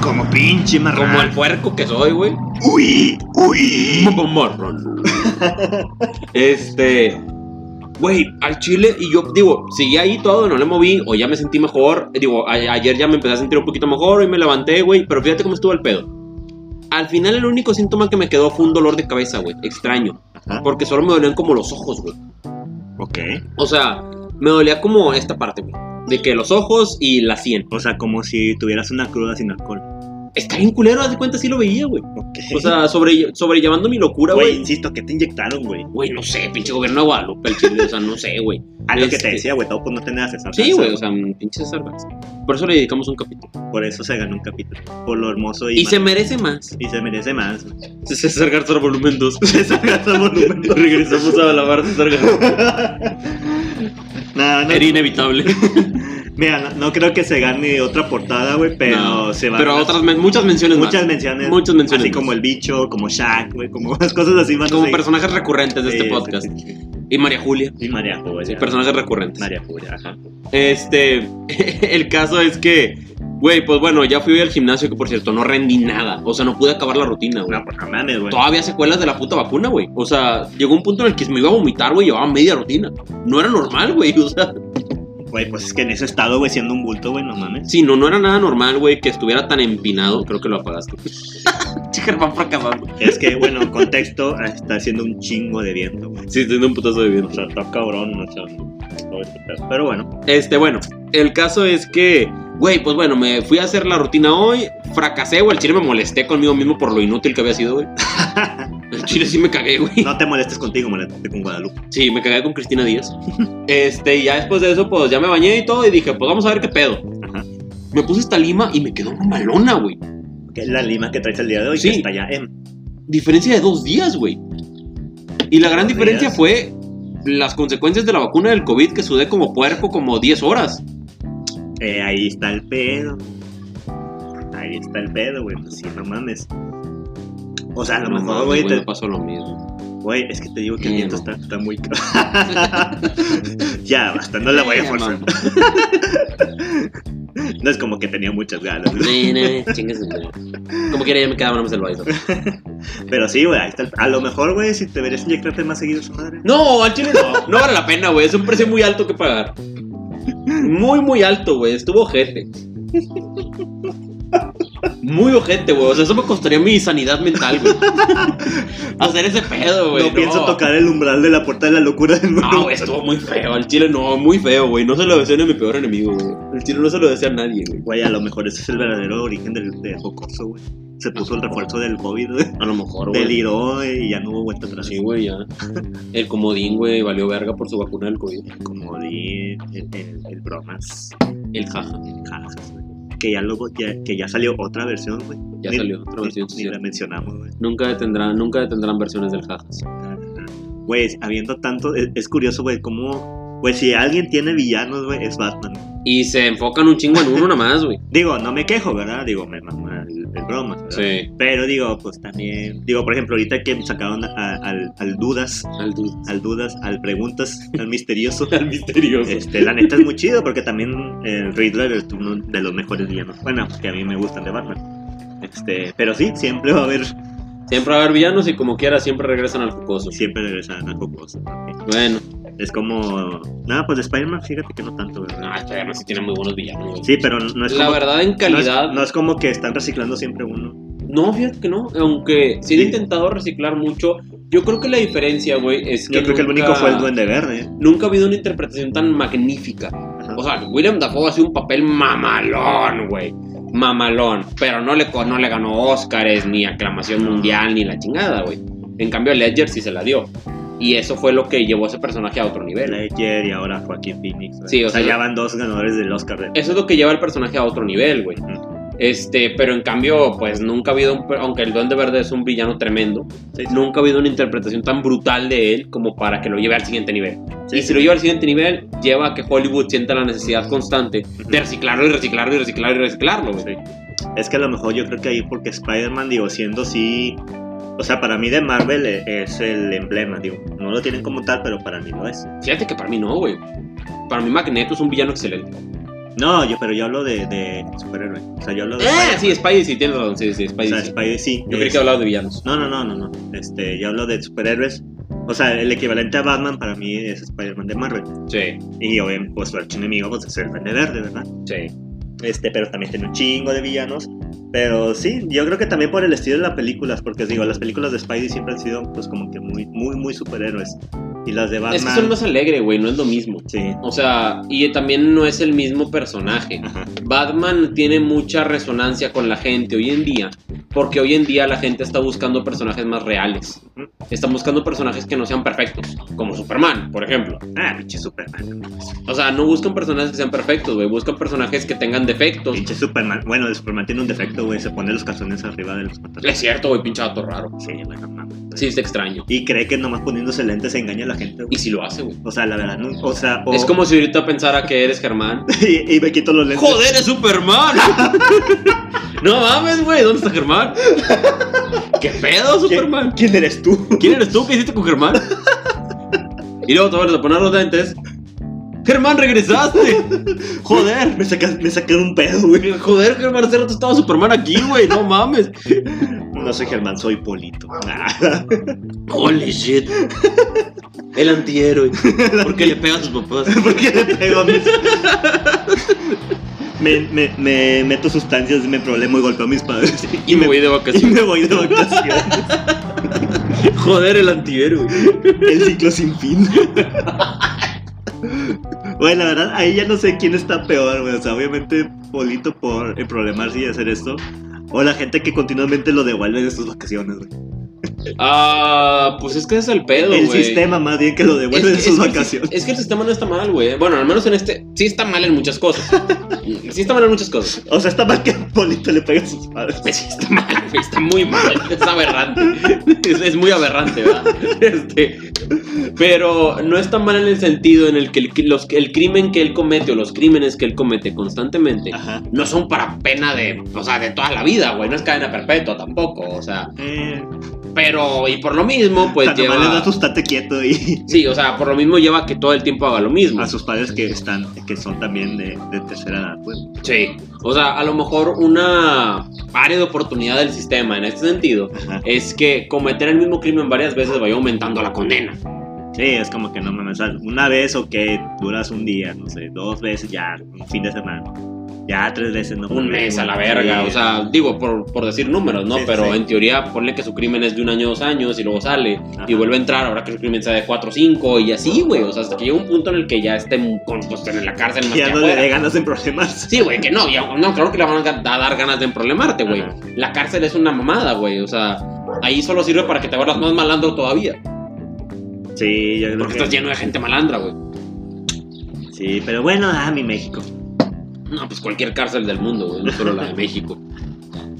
S1: Como pinche marrón.
S2: Como el puerco que soy, güey.
S1: Uy, uy.
S2: Marrón. este. Güey, al chile, y yo digo, seguí ahí todo, no le moví, o ya me sentí mejor. Digo, a- ayer ya me empecé a sentir un poquito mejor, hoy me levanté, güey, pero fíjate cómo estuvo el pedo. Al final, el único síntoma que me quedó fue un dolor de cabeza, güey, extraño.
S1: Ajá,
S2: Porque solo me dolían como los ojos, güey.
S1: ok.
S2: O sea, me dolía como esta parte, güey, de que los ojos y la sien.
S1: O sea, como si tuvieras una cruda sin alcohol.
S2: Está bien culero, haz de cuenta, sí lo veía, güey.
S1: Ok.
S2: O sea, sobre, sobrellevando mi locura,
S1: güey,
S2: güey.
S1: insisto, que te inyectaron, güey.
S2: Güey, no sé, pinche gobierno de Guadalupe, el chile, o sea, no sé, güey.
S1: A lo que
S2: Este-
S1: te decía, güey, todo por no tener acceso.
S2: Sí, güey, o sea, un pinche Starbucks. Por eso le dedicamos un capítulo.
S1: Por eso se ganó un capítulo. Por lo hermoso y,
S2: Y se merece más.
S1: y se merece más.
S2: César Garzón volumen 2.
S1: Gasta volumen.
S2: Regresamos a la barra César Garzón.
S1: Nah, no,
S2: Era inevitable.
S1: mira, no, no creo que se gane otra portada, güey, pero
S2: No,
S1: se van
S2: Pero
S1: a-
S2: otras, men- muchas menciones
S1: muchas
S2: más.
S1: menciones.
S2: Muchas menciones
S1: Así
S2: más.
S1: como el bicho, como Shaq, güey, como unas cosas así más.
S2: Como personajes recurrentes de este podcast. Y María Julia.
S1: Y María Julia.
S2: Sí, personajes recurrentes.
S1: María Julia, ajá.
S2: Este, (laughs) el caso es que, güey, pues bueno, ya fui al gimnasio que por cierto no rendí nada. O sea, no pude acabar la rutina, güey.
S1: No, pues no mames, güey.
S2: Todavía secuelas de la puta vacuna, güey. O sea, llegó un punto en el que me iba a vomitar, güey, llevaba media rutina. No era normal, güey. (laughs) O sea,
S1: Güey, pues es que en ese estado, güey, siendo un bulto, güey, no mames.
S2: Sí, no, no era nada normal, güey, que estuviera tan empinado. Creo que lo apagaste. Chicarpán fracasando.
S1: Es que, bueno, contexto, está haciendo un chingo de viento, güey.
S2: Sí, teniendo un putazo de
S1: O sea, está cabrón, o sea, todo este pedo. Pero bueno,
S2: Este, bueno, el caso es que, güey, pues bueno, me fui a hacer la rutina hoy. Fracasé, güey. El chile me molesté conmigo mismo por lo inútil que había sido, güey. El chile sí me cagué, güey.
S1: no te molestes contigo, molestate con Guadalupe.
S2: Sí, me cagué con Cristina Díaz. Este, y ya después de eso, pues ya me bañé y todo. Y dije, pues vamos a ver qué pedo.
S1: Ajá.
S2: Me puse esta lima y me quedó una malona, güey.
S1: Que es la lima que traes el día de hoy,
S2: Sí.
S1: que está ya en
S2: diferencia de dos días, güey. Y la gran
S1: Dos
S2: diferencia
S1: días.
S2: fue las consecuencias de la vacuna del COVID que sudé como puerco como 10 horas.
S1: Eh, ahí está el pedo. Ahí está el pedo, güey. Pues sí, no mames. O sea, a lo
S2: No mames,
S1: mejor, güey,
S2: me
S1: te-
S2: pasó lo mismo.
S1: güey, es que te digo que el
S2: Eh,
S1: viento
S2: no.
S1: está, está muy... ca- (laughs) ya, basta, no la voy a
S2: Eh,
S1: forzar. (laughs)
S2: mamá.
S1: No es como que tenía muchas ganas, güey.
S2: Sí, no, chingue su madre. Como quiera, ya me quedaba menos el baile.
S1: Pero sí, güey, ahí está el... A lo mejor, güey, si te verías inyectarte más seguido su madre.
S2: No, al chile
S1: (laughs)
S2: no. No vale la pena, güey. Es un precio muy alto que pagar. Muy, muy alto, güey. Estuvo ojete. Muy ojete, güey. O sea, eso me costaría mi sanidad mental,
S1: (laughs)
S2: güey. Hacer ese pedo, güey.
S1: no, pienso tocar el umbral de la puerta de la locura de nuevo.
S2: No, Ah, güey, estuvo muy feo. El chile no, muy feo, güey. No se lo deseo ni a mi peor enemigo, güey. El chile no se lo desea a nadie, güey.
S1: Güey, a lo mejor ese es el verdadero origen del de Jocoso, güey. Se puso el refuerzo del COVID, güey.
S2: A lo mejor, güey.
S1: Deliró güey, y ya no hubo vuelta atrás.
S2: Sí, güey, ya. El comodín, güey, valió verga por su vacuna del COVID.
S1: como di el, el- el bromas
S2: El jaja.
S1: jajas, güey. que ya luego ya, que ya salió otra versión güey
S2: Ya
S1: Ni-
S2: salió otra
S1: ni-
S2: versión.
S1: ni,
S2: sí,
S1: la
S2: sí.
S1: mencionamos güey
S2: Nunca detendrán, nunca detendrán versiones del jaja. sí.
S1: Güey, habiendo tanto es, es curioso güey cómo güey si alguien tiene villanos güey es Batman
S2: Y se enfocan un chingo en uno nada más, (laughs) güey.
S1: digo no me quejo verdad digo me mama el, el bromas ¿verdad?
S2: Sí.
S1: pero digo pues también digo por ejemplo ahorita que sacaron a- al, al dudas
S2: Al dude.
S1: al dudas al preguntas al
S2: (laughs)
S1: misterioso
S2: Al misterioso.
S1: Este, la neta es muy chido porque también el Riddler es uno de los mejores villanos. Bueno, que a mí me gustan de Batman. Este, pero sí, siempre va a haber,
S2: Siempre va a haber villanos y como quiera siempre regresan al jocoso.
S1: siempre regresan a Cocos.
S2: Bueno.
S1: Es como, nada, pues de Spider-Man, fíjate que no tanto, ¿verdad?
S2: No, este además sí tiene muy buenos villanos, güey.
S1: Sí, pero no es
S2: La
S1: como,
S2: verdad, en
S1: no es-
S2: calidad.
S1: No es, como que están reciclando siempre uno.
S2: No, fíjate que no. Aunque sí he
S1: Sí.
S2: intentado reciclar mucho. Yo creo que la diferencia, güey, es que.
S1: Yo creo que el
S2: nunca-
S1: único fue el Duende Verde.
S2: Nunca ha habido una interpretación tan magnífica.
S1: Ajá.
S2: O sea, William Dafoe hace un papel mamalón, güey. Mamalón. Pero no le, co- no le ganó Óscares, ni aclamación mundial, ni la chingada, güey. En cambio, Ledger sí se la dio. Y eso fue lo que llevó a ese personaje a otro nivel.
S1: Ledger y ahora Joaquín Phoenix. güey.
S2: Sí, o
S1: o sea,
S2: sea,
S1: ya van dos ganadores del Oscar. de-
S2: Eso es lo que lleva al personaje a otro nivel, güey.
S1: Ujú.
S2: Este, pero en cambio, pues nunca ha habido un. per- Aunque el Duende Verde es un villano tremendo,
S1: Sí, sí.
S2: nunca ha habido una interpretación tan brutal de él como para que lo lleve al siguiente nivel.
S1: Sí,
S2: y si
S1: sí.
S2: lo lleva al siguiente nivel, lleva a que Hollywood sienta la necesidad constante de reciclarlo y reciclarlo y reciclarlo y reciclarlo, güey.
S1: Sí. Es que a lo mejor yo creo que ahí porque Spider-Man, digo, siendo sí... O sea, para mí de Marvel e- es el emblema, digo. No lo tienen como tal, pero para mí lo es.
S2: Fíjate que para mí no, güey. Para mí Magneto es un villano excelente.
S1: No, yo, pero yo hablo de, de superhéroe. O sea, yo hablo de...
S2: Ah,
S1: Spider-Man.
S2: sí, Spidey sí, tienes razón, sí, sí, Spidey
S1: O sea,
S2: sí.
S1: Spidey sí.
S2: Yo creí que hablaba de villanos.
S1: No, no, no, no, no. Este, yo hablo de superhéroes. O sea, el equivalente a Batman para mí es Spider-Man de Marvel.
S2: Sí,
S1: Y obviamente, pues su archienemigo pues, es el Duende Verde, ¿verdad?
S2: sí.
S1: Este, pero también tiene un chingo de villanos. Pero sí, yo creo que también por el estilo de las películas, porque digo, las películas de Spidey siempre han sido pues como que muy, muy, muy superhéroes. Y las de Batman...
S2: Es que son más alegre, güey, no es lo mismo.
S1: Sí.
S2: O sea, y también no es el mismo personaje.
S1: Ajá.
S2: Batman tiene mucha resonancia con la gente hoy en día, porque hoy en día la gente está buscando personajes más reales.
S1: Ujú.
S2: Están buscando personajes que no sean perfectos, como Superman, por ejemplo.
S1: Ah, pinche Superman.
S2: O sea, no buscan personajes que sean perfectos, güey, buscan personajes que tengan defectos.
S1: Pinche Superman. Bueno, el Superman tiene un defecto, güey. Se pone los calzones arriba de los
S2: Es
S1: pantalones.
S2: cierto, güey, pinche vato raro.
S1: Sí, bueno, mames.
S2: Sí, está extraño.
S1: Y cree que nomás poniéndose lentes se engaña a la gente, güey.
S2: Y si lo hace, güey.
S1: O sea, la verdad, no, o sea, o-
S2: Es como si ahorita pensara que eres Germán.
S1: (laughs) y, y me quito los lentes.
S2: ¡Joder, es Superman! (laughs) no mames, güey, ¿dónde está Germán? ¿Qué
S1: ¿Quién-
S2: pedo, Superman?
S1: ¿Quién, eres tú?
S2: ¿Quién eres tú? ¿Qué hiciste con Germán? Y luego te vuelves a poner los dentes. ¡Germán, regresaste!
S1: (laughs) Joder, me sacas, me sacaron un pedo, güey.
S2: Joder, Germán, hace rato estaba Superman aquí, güey. No mames.
S1: No soy Germán, soy Polito. Ah.
S3: Holy shit. El antihéroe. ¿Por qué le pega a sus
S1: (laughs)
S3: papás?
S1: ¿Por qué le pego a mis... me, me, me meto sustancias, me problemo y golpeo a mis padres.
S2: Y me voy de
S1: Y
S2: vacaciones.
S1: me voy de vacaciones.
S2: Joder, el antihéroe.
S1: El ciclo sin fin. Güey, la verdad, ahí ya no sé quién está peor, güey. O sea, obviamente Polito por eh, problemarse y hacer esto. O la gente que continuamente lo devuelve de sus vacaciones, güey.
S2: Ah, pues es que ese es el pedo, güey.
S1: El sistema más bien que lo
S2: Es
S1: devuelve
S2: que-
S1: de sus
S2: es que el
S1: vacaciones.
S2: si- es que el sistema no está mal, güey. Bueno, al menos en este. Sí está mal en muchas cosas. Sí está mal en muchas cosas.
S1: O sea, está mal que Polito le pegue a sus padres.
S2: Pues Sí, está mal, güey, está muy mal, es aberrante. Es, es muy aberrante, ¿verdad? Este, pero no está mal en el sentido en el que el, cri- los- el crimen que él comete o los crímenes que él comete constantemente
S1: Ajá.
S2: no son para pena de, o sea, de toda la vida, güey, no es cadena perpetua tampoco, o sea,
S1: Eh,
S2: pero y por lo mismo pues
S1: o sea, nomás
S2: lleva
S1: les da su estate quieto y
S2: Sí, o sea, por lo mismo lleva que todo el tiempo haga lo mismo.
S1: a sus padres que están, que son también de, de tercera edad, pues. güey.
S2: Sí. O sea, a lo mejor una área de oportunidad del sistema en este sentido
S1: Ajá.
S2: es que cometer el mismo crimen varias veces vaya aumentando la condena.
S1: Sí, es como que no mames, o sea, una vez o que duras un día, no sé, dos veces ya, un fin de semana, ya tres veces, no
S2: Un
S1: mames,
S2: mes a la
S1: güey.
S2: verga.
S1: Sí.
S2: O sea, digo, por, por decir números, ¿no?
S1: Sí,
S2: Pero
S1: sí.
S2: en teoría, ponle que su crimen es de un año, dos años y luego sale
S1: Ajá.
S2: y vuelve a entrar. Ahora que su crimen sea de cuatro o cinco y así, güey. O sea, hasta que llega un punto en el que ya esté con, pues, en la cárcel más
S1: ya
S2: que
S1: no le
S2: afuera.
S1: dé ganas de problemarse.
S2: Sí, güey, que no, ya- no, claro que le van a ga- a dar ganas de problemarte, güey.
S1: Ajá.
S2: La cárcel es una mamada, güey. O sea, ahí solo sirve para que te vuelvas más malandro todavía.
S1: Sí, yo creo
S2: Porque
S1: que-
S2: estás lleno de gente malandra, güey.
S1: Sí, pero bueno, ah, mi México.
S2: No, pues cualquier cárcel del mundo, güey. No solo la de México.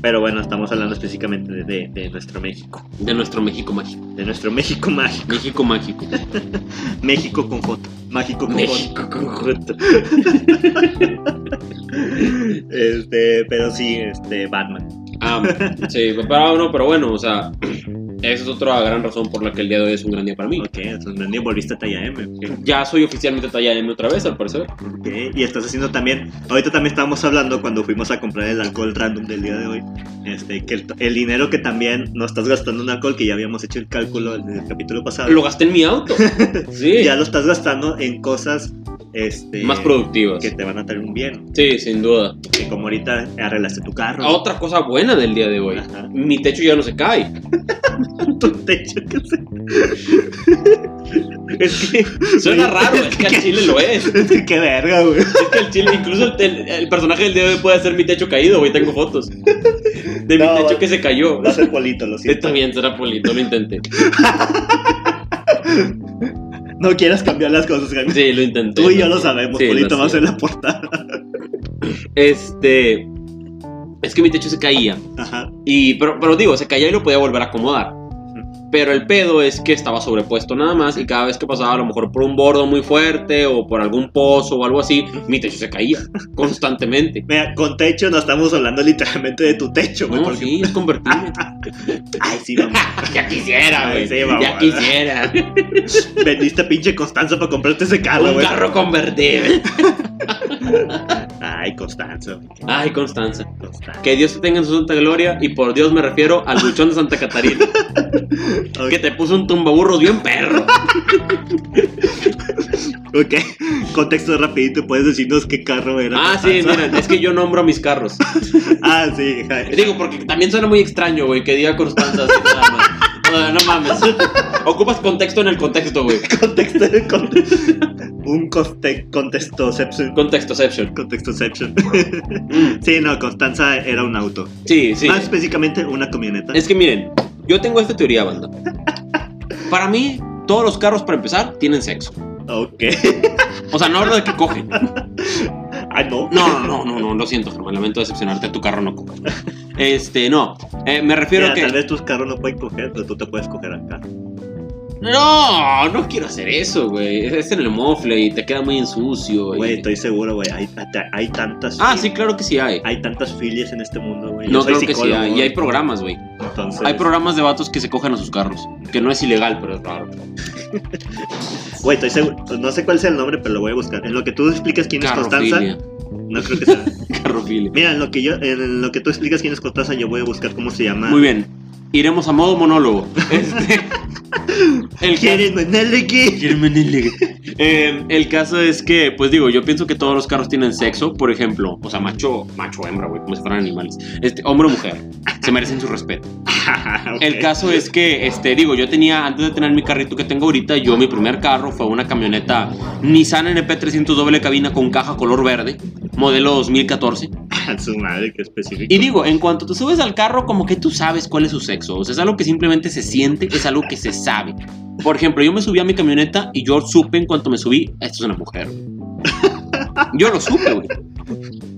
S1: Pero bueno, estamos hablando específicamente de, de- de nuestro México,
S2: De nuestro México mágico.
S1: de nuestro México mágico. (laughs)
S2: México mágico.
S1: México con J. Mágico con
S2: México
S1: J.
S2: con
S1: (laughs) este, pero sí, este, Batman.
S2: Ah, sí, pero, ah, no, pero bueno, o sea, esa es otra gran razón por la que el día de hoy es un gran día para mí.
S1: Ok, entonces Daniel, volviste a talla M.
S2: Ya soy oficialmente talla M otra vez, al parecer.
S1: Ok, y estás haciendo también. Ahorita también estábamos hablando cuando fuimos a comprar el alcohol random del día de hoy. Este, que el, el dinero que también no estás gastando en alcohol, que ya habíamos hecho el cálculo en el capítulo pasado. (laughs)
S2: Lo gasté en mi auto. Sí.
S1: ya lo estás gastando en cosas este,
S2: Más productivas.
S1: que te van a traer un bien.
S2: Sí, sin duda. Ah,
S1: Que como ahorita arreglaste tu carro. (laughs)
S2: Otra cosa buena del día de hoy.
S1: Ajá.
S2: Mi techo ya no se cae.
S1: tu techo, que
S2: (laughs)
S1: se- es que.
S2: Suena raro, es
S1: (laughs)
S2: que al chile lo es.
S1: Es que qué verga, güey.
S2: Es que el chile, incluso el, el- el personaje del día de hoy puede ser mi techo caído, güey. Tengo fotos de mi
S1: No,
S2: techo
S1: va-
S2: que se cayó.
S1: Va a ser polito,
S2: (laughs)
S1: lo siento.
S2: Está bien, será polito, lo intenté.
S1: No quieras cambiar las cosas, Jaime.
S2: Sí, lo intenté.
S1: Tú y yo lo sabemos,
S2: Sí,
S1: Polito
S2: lo
S1: va a
S2: sé.
S1: ser la portada. (laughs)
S2: Este. Es que mi techo se caía.
S1: Ajá.
S2: Y, pero, pero digo, se caía y lo podía volver a acomodar. Pero el pedo es que estaba sobrepuesto nada más y cada vez que pasaba a lo mejor por un bordo muy fuerte o por algún pozo o algo así, mi techo se caía constantemente.
S1: Mira, con techo no estamos hablando literalmente de tu techo, güey.
S2: No,
S1: porque...
S2: sí, es
S1: (laughs)
S2: convertible.
S1: Ay, sí, mamá.
S2: ya quisiera,
S1: Ay,
S2: güey.
S1: sí, mamá. (laughs)
S2: ya quisiera. (laughs)
S1: Vendiste a pinche Constanza para comprarte ese carro,
S2: un
S1: güey.
S2: carro convertible.
S1: Ay, Constanza, güey,
S2: Ay, Constanza.
S1: Constanza.
S2: Que Dios te tenga en su santa gloria y por Dios me refiero al buchón de Santa Catarina.
S1: (laughs) Ok,
S2: que te puso un tumbaburros bien perro.
S1: ok. contexto rapidito, puedes decirnos qué carro era.
S2: Ah,
S1: (laughs)
S2: sí,
S1: Constanza?
S2: miren, es que yo nombro a mis carros.
S1: Ah, sí, Jaime.
S2: Digo, porque también suena muy extraño, güey, que diga Constanza así nada más. No, no mames. Ocupas contexto en el contexto, güey.
S1: Contexto, con- un conte- contextoception.
S2: Contextoception.
S1: Contextoception.
S2: Mm,
S1: Sí, no, Constanza era un auto.
S2: sí, sí.
S1: Más específicamente una camioneta.
S2: Es que miren, yo tengo esta teoría, banda. Para mí, todos los carros, para empezar, tienen sexo.
S1: Ok.
S2: O sea, no hablo de que cogen.
S1: Ah, no.
S2: No, no, no, no, no, lo siento, Germán. Lamento decepcionarte. Tu carro no coge. Este, no. Eh, me refiero
S1: Mira,
S2: a que.
S1: Tal vez tus carros no pueden coger, pero tú te puedes coger al carro.
S2: No, no quiero hacer eso, güey. Es- Es en el mofle y te queda muy en sucio. y-
S1: Güey, estoy seguro, güey. Hay, hay tantas.
S2: Ah, sí, claro que sí hay.
S1: Hay tantas filias en este mundo, güey.
S2: No,
S1: Yo soy
S2: creo que sí
S1: psicólogo,
S2: hay. Y hay programas, güey.
S1: entonces-
S2: Hay programas de vatos que se cogen a sus carros. Que no es ilegal, pero es raro.
S1: Güey, estoy seguro. No sé cuál sea el nombre, pero lo voy a buscar. En lo que tú explicas quién es Constanza,
S2: Carrofilia.
S1: no creo que sea.
S2: (laughs) Carrofilia.
S1: Mira, en lo que yo, en lo que tú explicas quién es Constanza, yo voy a buscar cómo se llama.
S2: Muy bien. Iremos a
S1: (laughs)
S2: modo monólogo. Este. El
S1: ¿Quién es Manuel de qué? (laughs)
S2: Eh, el caso es que, pues digo, yo pienso que todos los carros tienen sexo, por ejemplo, o sea, macho, macho, o hembra, güey, como si fueran animales. Este, hombre o mujer, se merecen su respeto.
S1: Ah,
S2: El caso es que, este, digo, yo tenía, antes de tener mi carrito que tengo ahorita, yo mi primer carro fue una camioneta Nissan NP300 doble cabina con caja color verde, modelo 2014.
S1: (laughs) A su madre, qué específico.
S2: Y digo, en cuanto te subes al carro, como que tú sabes cuál es su sexo. O sea, es algo que simplemente se siente, es algo que se sabe. Por ejemplo, yo me subí a mi camioneta y yo supe en cuanto me subí, esto es una mujer. Yo lo supe, güey.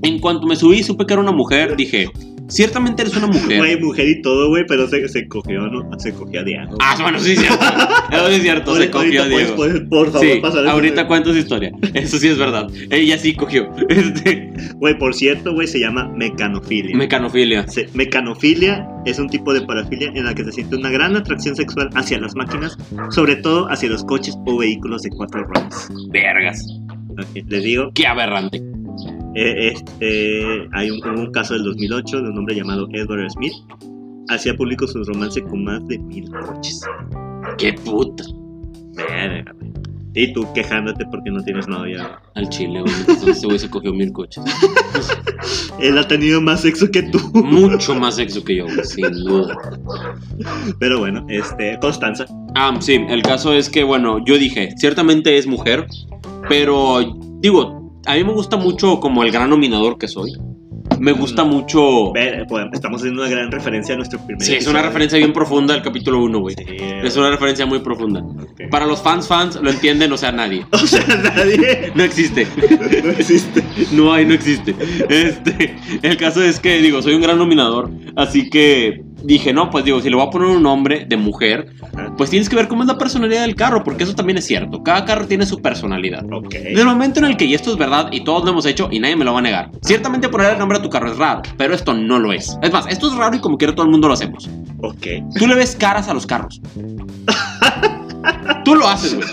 S2: En cuanto me subí, supe que era una mujer, dije, ciertamente eres una mujer.
S1: Güey, mujer y todo, güey, pero se, se cogió, ¿no? Se cogió a Diego.
S2: Ah, bueno, sí es
S1: (laughs)
S2: cierto. Eso sí es cierto, se
S1: Ahorita
S2: cogió a
S1: puedes-
S2: Diego.
S1: puedes- por favor,
S2: Sí,
S1: pasar eso.
S2: ahorita cuento su historia. Eso sí es verdad. Ella sí cogió. (laughs) Este,
S1: Güey, por cierto, güey, se llama mecanofilia.
S2: mecanofilia.
S1: Se- Mecanofilia es un tipo de parafilia en la que se siente una gran atracción sexual hacia las máquinas, sobre todo hacia los coches o vehículos de cuatro ruedas.
S2: Vergas.
S1: Ok, Les digo,
S2: Qué aberrante.
S1: eh, es- eh, hay un, hubo un caso del 2008 de un hombre llamado Edward Smith. Hacía público su romance con más de mil coches.
S2: Qué puta.
S1: Verga, güey. Y tú quejándote porque no tienes novia.
S2: Al chile, güey.
S1: (laughs)
S2: Entonces, ese güey se cogió mil coches.
S1: Él ha tenido más sexo que tú. (laughs)
S2: Mucho más sexo que yo, güey, sin duda.
S1: Pero bueno, este, Constanza.
S2: Ah, sí, el caso es que, bueno, yo dije, ciertamente es mujer, pero digo, a mí me gusta mucho como el gran nominador que soy. Me gusta
S1: Mm.
S2: mucho.
S1: Ver, podemos- pues, estamos haciendo una gran referencia a nuestro primer
S2: Sí, es una
S1: episodio.
S2: referencia bien profunda del capítulo 1, güey.
S1: Sí,
S2: Es una referencia muy profunda.
S1: ok.
S2: Para los fans, fans, lo entienden, o sea, nadie.
S1: (laughs) O sea, nadie.
S2: No existe.
S1: No existe.
S2: No hay, no existe. Este, el caso es que, digo, soy un gran nominador. Así que dije, no, pues digo, si le voy a poner un nombre de mujer, pues tienes que ver cómo es la personalidad del carro, porque eso también es cierto. Cada carro tiene su personalidad.
S1: Ok.
S2: En el momento en el que, y esto es verdad, y todos lo hemos hecho, y nadie me lo va a negar. Ciertamente poner el nombre a tu carro es raro, pero esto no lo es. Es más, esto es raro y como quiera todo el mundo lo hacemos.
S1: Ok.
S2: Tú le ves caras a los carros. Tú lo haces, güey.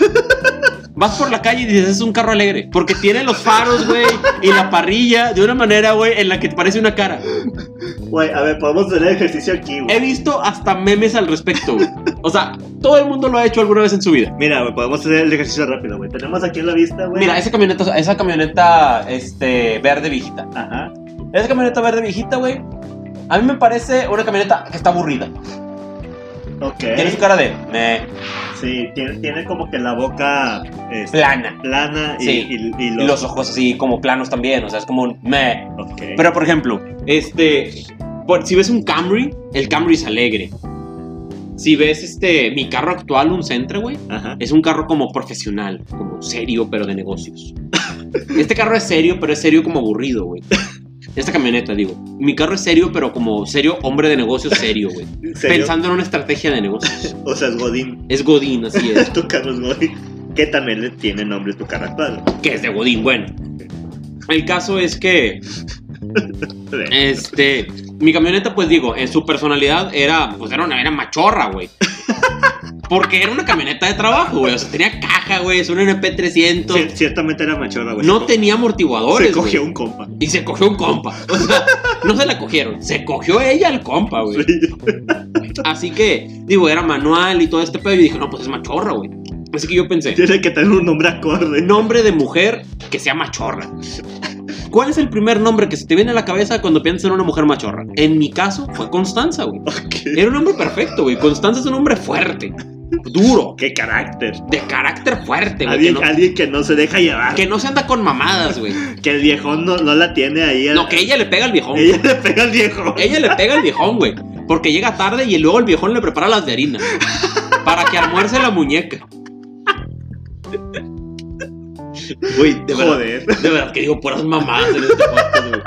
S2: Vas por la calle y dices, es un carro alegre. Porque tiene los faros, güey, y la parrilla de una manera, güey, en la que te parece una cara.
S1: Güey, a ver, podemos hacer ejercicio aquí,
S2: He
S1: güey.
S2: visto hasta memes al respecto, güey. O sea, todo el mundo lo ha hecho alguna vez en su vida.
S1: Mira, güey, podemos hacer el ejercicio rápido, güey. Tenemos aquí en la vista, güey.
S2: Mira, esa camioneta, esa camioneta este, verde viejita.
S1: Ajá.
S2: Esa camioneta verde viejita, güey. A mí me parece una camioneta que está aburrida.
S1: Ok.
S2: Tiene su cara de "Meh",
S1: Sí, tiene, tiene como que la boca eh,
S2: plana.
S1: plana y,
S2: Sí.
S1: y- y
S2: Y
S1: los...
S2: los ojos así como planos también. O sea, es como un meh.
S1: Ok.
S2: Pero por ejemplo, este. por- si ves un Camry, el Camry es alegre. Si ves este. Mi carro actual, un Sentra, güey.
S1: Ajá.
S2: Es un carro como profesional, como serio, pero de negocios. (laughs) Este carro es serio, pero es serio como aburrido, güey. Esta camioneta, digo. Mi carro es serio, pero como serio hombre de negocios serio, güey.
S1: ¿En serio?
S2: Pensando en una estrategia de negocios.
S1: O sea, es Godín. (laughs)
S2: Es Godín, así es.
S1: tu carro es Godín. Que también le tiene nombre tu carro actual.
S2: Que es de Godín, bueno. El caso es que,
S1: Ve.
S2: este, mi camioneta, pues digo, en su personalidad era, pues era una era machorra, güey. Porque era una camioneta de trabajo, güey. O sea, tenía caja, güey, es un
S1: Cier-
S2: NP300.
S1: ciertamente era machorra, güey.
S2: No tenía amortiguadores,
S1: Se cogió
S2: güey.
S1: un compa.
S2: Y se cogió un compa. O sea, no se la cogieron. Se cogió ella al compa, güey.
S1: Sí.
S2: Así que, digo, era manual y todo este pedo. Y dije, no, pues es machorra, güey. Así que yo pensé,
S1: Tiene que tener un nombre acorde.
S2: nombre de mujer que sea machorra. ¿Cuál es el primer nombre que se te viene a la cabeza cuando piensas en una mujer machorra? En mi caso, fue Constanza, güey.
S1: ¿Qué?
S2: Era un hombre perfecto, güey. Constanza es un hombre fuerte, duro,
S1: Qué carácter.
S2: de carácter fuerte, güey. Que,
S1: Alguien,
S2: no,
S1: alguien que no se deja llevar.
S2: que no se anda con mamadas, güey.
S1: Que el viejón no, no la tiene ahí.
S2: No, que ella le pega al viejón.
S1: Ella le pega al viejón.
S2: Ella le pega al viejón, güey. Porque llega tarde y luego el viejón le prepara las de harina. Para que almuerce la muñeca. Güey, de verdad.
S1: Joder.
S2: De verdad que digo puras mamadas en este podcast, güey.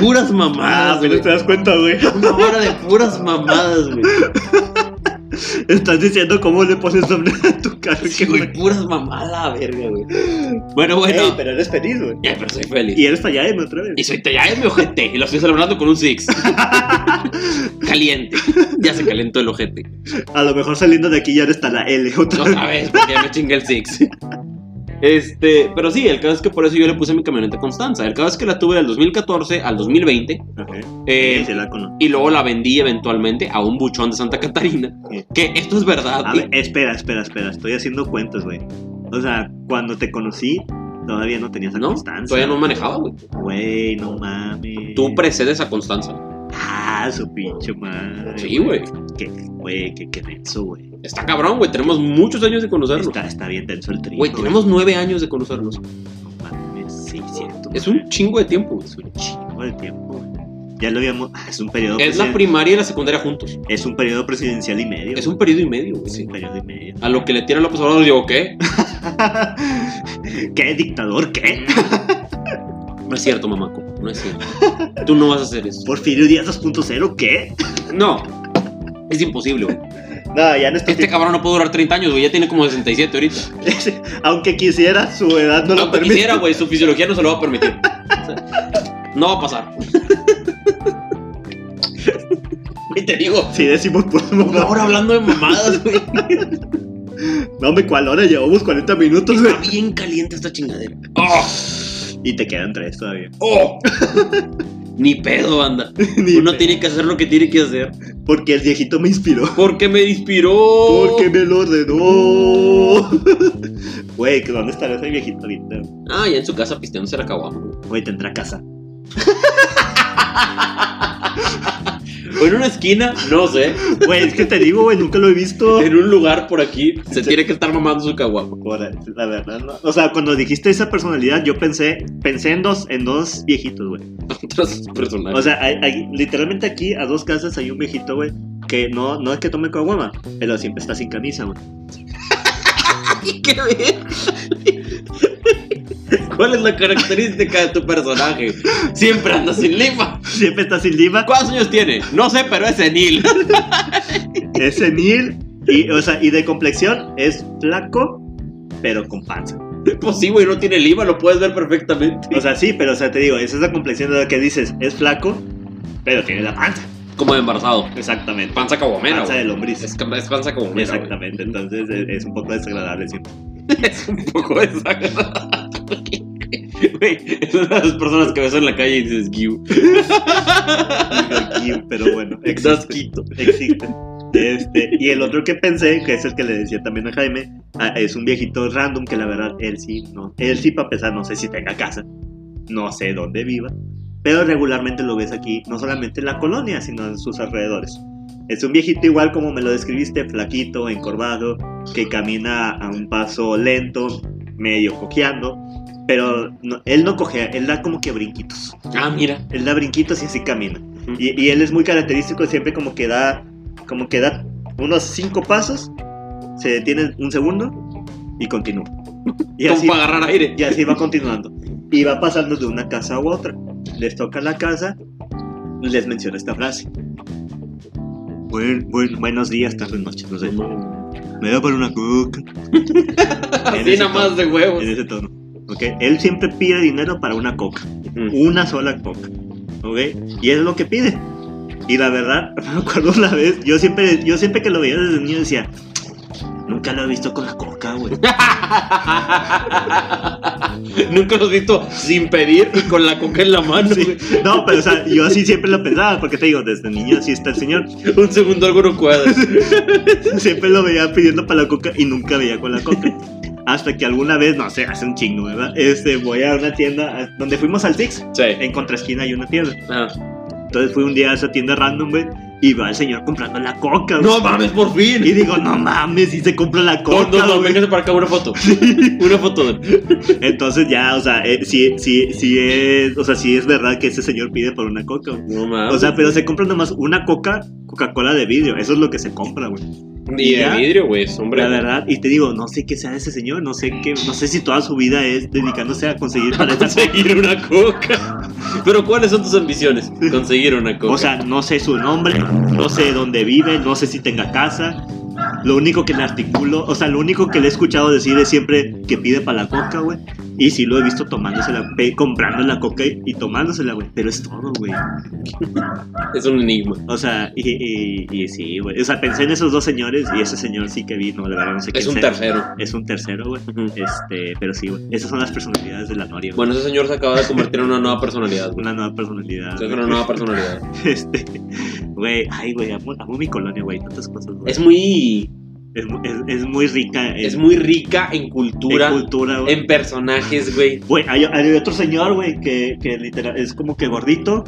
S2: Puras
S1: Ah,
S2: mamadas,
S1: güey,
S2: güey.
S1: no te das cuenta, güey.
S2: Una hora de puras mamadas, güey.
S1: Estás diciendo cómo le pones nombre a tu carro.
S2: Sí, güey, puras mamadas, la verga, güey. Bueno, bueno.
S1: Ey,
S2: pero...
S1: pero eres feliz, güey.
S2: pero soy feliz.
S1: Y eres falladero otra vez.
S2: Y soy te- ya es mi ojete. Y lo estoy celebrando con
S1: (laughs)
S2: un six. Caliente. Ya se calentó el ojete.
S1: A lo mejor saliendo de aquí ya no está la L otra
S2: No
S1: vez.
S2: sabes, porque ya me chingué el Six. Este, pero sí, el caso es que por eso yo le puse mi camioneta a Constanza. El caso es que la tuve del 2014 al 2020
S1: Ok.
S2: eh,
S1: Ese la conozco.
S2: y luego la vendí eventualmente a un buchón de Santa Catarina.
S1: Sí.
S2: Que esto es verdad.
S1: A
S2: y-
S1: ver, espera, espera, espera. Estoy haciendo cuentas, güey. O sea, cuando te conocí, todavía no tenías a
S2: ¿No?
S1: Constanza.
S2: Todavía no manejaba, güey.
S1: Güey, no mames.
S2: Tú precedes a Constanza.
S1: Ah, su pinche madre.
S2: Sí, güey.
S1: Qué, güey, qué, qué denso, güey.
S2: Está cabrón, güey. Tenemos muchos años de conocernos.
S1: Está, está bien denso el trío.
S2: Güey, tenemos nueve años de conocernos.
S1: No mames, sí, cierto.
S2: Es un chingo de tiempo. güey.
S1: Es un chingo de tiempo, güey. Ya lo habíamos. Ah, es un periodo.
S2: Es la
S1: presiden-
S2: primaria y la secundaria juntos.
S1: es un periodo presidencial y medio.
S2: Es un periodo y medio, güey.
S1: güey. Es un periodo y medio. (laughs)
S2: A lo que le tira López Obrador, digo, ¿qué?
S1: ¿Qué dictador? ¿Qué?
S2: No es cierto, mamaco. No es cierto. Tú no vas a hacer eso.
S1: Porfirio Díaz 2.0, ¿qué? (laughs)
S2: No. Es imposible, güey.
S1: No, ya no está. (laughs)
S2: Este cabrón no puede durar 30 años, güey. Ya tiene como 67 ahorita.
S1: Aunque quisiera, su edad no lo
S2: Aunque
S1: permite.
S2: quisiera, güey, su fisiología no se lo va a permitir. O sea, No va a pasar. Y te digo,
S1: Si decimos pues
S2: una hora hablando de mamadas,
S1: (laughs)
S2: güey.
S1: No me cuál hora llevamos 40 minutos, güey.
S2: Está bien caliente esta chingadera. ¡Oh!
S1: Y te quedan tres todavía. (laughs)
S2: ¡Oh! Ni pedo, banda.
S1: Ni
S2: (laughs) Uno
S1: pe-
S2: tiene que hacer lo que tiene que hacer.
S1: Porque el viejito me inspiró.
S2: Porque me inspiró.
S1: Porque me lo ordenó. (laughs) Güey, ¿que ¿dónde estará ese viejito ahorita?
S2: Ah, ya en su casa pisteándose la caguama.
S1: Güey, tendrá casa.
S2: O en una esquina, no sé.
S1: Güey, es que te digo, güey, nunca lo he visto.
S2: En un lugar por aquí se tiene que estar mamando su caguama. (laughs)
S1: Ahora, La verdad, no. O sea, cuando dijiste esa personalidad, yo pensé, pensé en dos, en dos viejitos, güey.
S2: Otros personajes.
S1: O sea, hay- hay- literalmente aquí a dos casas hay un viejito, güey, que no, no es que tome caguama, pero siempre está sin camisa, güey. (laughs)
S2: (laughs) ¿Qué ver? ¿Cuál es la característica de tu personaje? Siempre anda sin lima.
S1: Siempre está sin lima,
S2: ¿Cuántos años tiene? No sé, pero es senil. (laughs)
S1: es senil, y, o sea, y de complexión es flaco, pero con panza.
S2: Pues sí, güey, no tiene lima, lo puedes ver perfectamente.
S1: O sea, sí, pero o sea, te digo, esa es la complexión de la que dices, es flaco, pero tiene la panza.
S2: Como de embarazado.
S1: Exactamente.
S2: Panza caguamera,
S1: panza de
S2: güey.
S1: lombrices.
S2: Es, ca- es panza caguamera,
S1: Exactamente, entonces es, es un poco desagradable siempre.
S2: güey. Es un poco desagradable. (laughs) Güey, es una de las personas que ves en la calle y dices, Giu.
S1: Aquí, (laughs) pero bueno,
S2: Estás
S1: existe.
S2: quito.
S1: existe. Este, y el otro que pensé, que es el que le decía también a Jaime, a- es un viejito random que la verdad él sí, no, él sí para empezar no sé si tenga casa, no sé dónde viva, pero regularmente lo ves aquí, no solamente en la colonia, sino en sus alrededores. Es un viejito igual como me lo describiste, flaquito, encorvado, que camina a un paso lento, medio cojeando, pero no- él no cojea, él da como que brinquitos.
S2: Ah, mira.
S1: Él da brinquitos y así camina.
S2: Ujú.
S1: Y, y él es muy característico, siempre como que da, como que da unos cinco pasos, se detiene un segundo y continúa. Y
S2: Como
S1: así,
S2: para agarrar aire.
S1: y así va continuando. Y va pasando de una casa a otra. Les toca la casa, les menciona esta frase. Buen- buen- buenos días, tardes, noches, no sé. Me da por una coca. En
S2: (laughs) Así
S1: ese
S2: nada más
S1: tono,
S2: de huevos.
S1: En ese tono. ¿ok? Él siempre pide dinero para una coca
S2: Ujú.
S1: una sola coca, ¿ok? Y es lo que pide. Y la verdad, (laughs) me acuerdo una vez, yo siempre, yo siempre que lo veía desde niño decía, nunca lo he visto con la coca,
S2: (laughs)
S1: güey.
S2: (laughs) Ah, Nunca los he visto sin pedir y con la coca en la mano.
S1: Sí.
S2: güey.
S1: No, pero o sea, yo así siempre lo pensaba, porque te digo, desde niño así está el señor.
S2: Un segundo algo no cuadra.
S1: Siempre lo veía pidiendo para la coca y nunca veía con la coca. Hasta que alguna vez, no sé, hace un chingo, ¿verdad? Este, voy a una tienda, a- donde fuimos al Six,
S2: Sí.
S1: en contraesquina hay una tienda.
S2: Ajá.
S1: Entonces fui un día a esa tienda random, güey, y va el señor comprando la coca, güey.
S2: No mames, por fin.
S1: Y digo, no mames, si se compra la
S2: No, no,
S1: coca,
S2: no,
S1: güey.
S2: véngase para acá una foto. Una foto.
S1: Entonces ya, o sea, eh, sí, sí, sí es, o sea, sí es verdad que ese señor pide por una coca, güey.
S2: No mames.
S1: O sea, pero se compra nomás una coca, Coca-Cola de vidrio, eso es lo que se compra, güey.
S2: y de
S1: ya.
S2: vidrio, güey, es hombre.
S1: La verdad, y te digo, no sé qué sea de ese señor, no sé qué, no sé si toda su vida es dedicándose a (laughs)
S2: (laughs)
S1: conseguir para esta coca.
S2: Conseguir una coca. Pero ¿cuáles son tus ambiciones? Conseguir una coca.
S1: O sea, no sé su nombre, no sé dónde vive, no sé si tenga casa. Lo único que le articulo, o sea, lo único que le he escuchado decir es siempre que pide para la coca, güey. Y sí lo he visto tomándosela, pe- comprando la coca y, y tomándosela, güey. Pero es todo, güey.
S2: es un enigma.
S1: O sea, y, y- y sí, güey. O sea, pensé en esos dos señores y ese señor sí que vino, la verdad, no sé
S2: Es
S1: quién
S2: un
S1: sea.
S2: tercero.
S1: Es un tercero, güey.
S2: Ujú.
S1: Este, pero sí, güey. Esas son las personalidades de la Noria, güey.
S2: Bueno, ese señor se acaba de convertir en una nueva personalidad, güey.
S1: Una nueva personalidad.
S2: Es una
S1: güey. (laughs)
S2: nueva personalidad.
S1: Este, güey, ay, güey, amo, amo mi colonia, güey. Tantas cosas, güey.
S2: Es muy.
S1: Es, mu- es- es muy rica en,
S2: Es muy Em rica en
S1: en
S2: cultura, en,
S1: cultura, güey.
S2: personajes, güey.
S1: Güey, hay, hay otro señor, güey, que, que literal es como que gordito.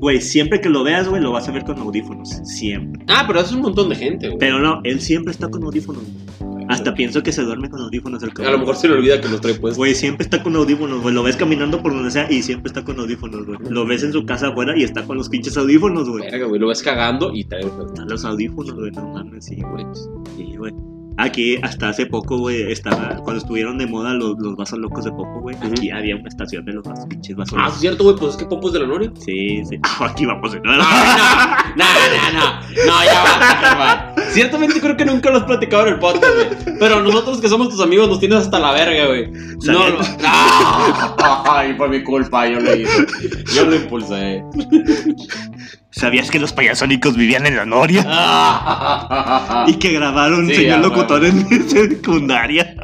S1: Güey, siempre que lo veas, güey, lo vas a ver con audífonos. Siempre.
S2: Ah, pero es un montón de gente, güey.
S1: Pero no, él siempre está con audífonos. güey. Hasta pienso que se duerme con audífonos el
S2: A lo
S1: cabrón.
S2: mejor se le olvida que los trae puestos.
S1: Güey, siempre está con audífonos, güey. Lo ves caminando por donde sea y siempre está con audífonos, güey. Lo ves en su casa afuera y está con los pinches audífonos, güey.
S2: Verga, güey, lo ves cagando y trae puestos,
S1: Están los audífonos, güey, no mames, sí, güey.
S2: güey.
S1: Sí, güey. Aquí hasta hace poco, güey, estaba, cuando estuvieron de moda los, los vasos locos de poco, güey,
S2: Ujú.
S1: aquí había una estación de los vasos, pinches vasos
S2: Ah,
S1: locos.
S2: es cierto, güey, pues es que Popos de la Noria.
S1: Sí, sí. Ah, aquí vamos de
S2: No,
S1: nuevo.
S2: Ah, no, no, no, no, ya va, ya va. Ciertamente creo que nunca lo has platicado en el podcast, güey. Pero nosotros que somos tus amigos nos tienes hasta la verga, güey. No, (laughs) no.
S1: Saliendo.
S2: Ah, Ay, fue mi culpa, yo lo hice. Yo lo impulsé.
S1: ¿Sabías que los payasónicos vivían en la Noria?
S2: Ay, (laughs)
S1: Ah. Y que grabaron
S2: Sí,
S1: señor
S2: ah,
S1: locutor en (laughs) secundaria.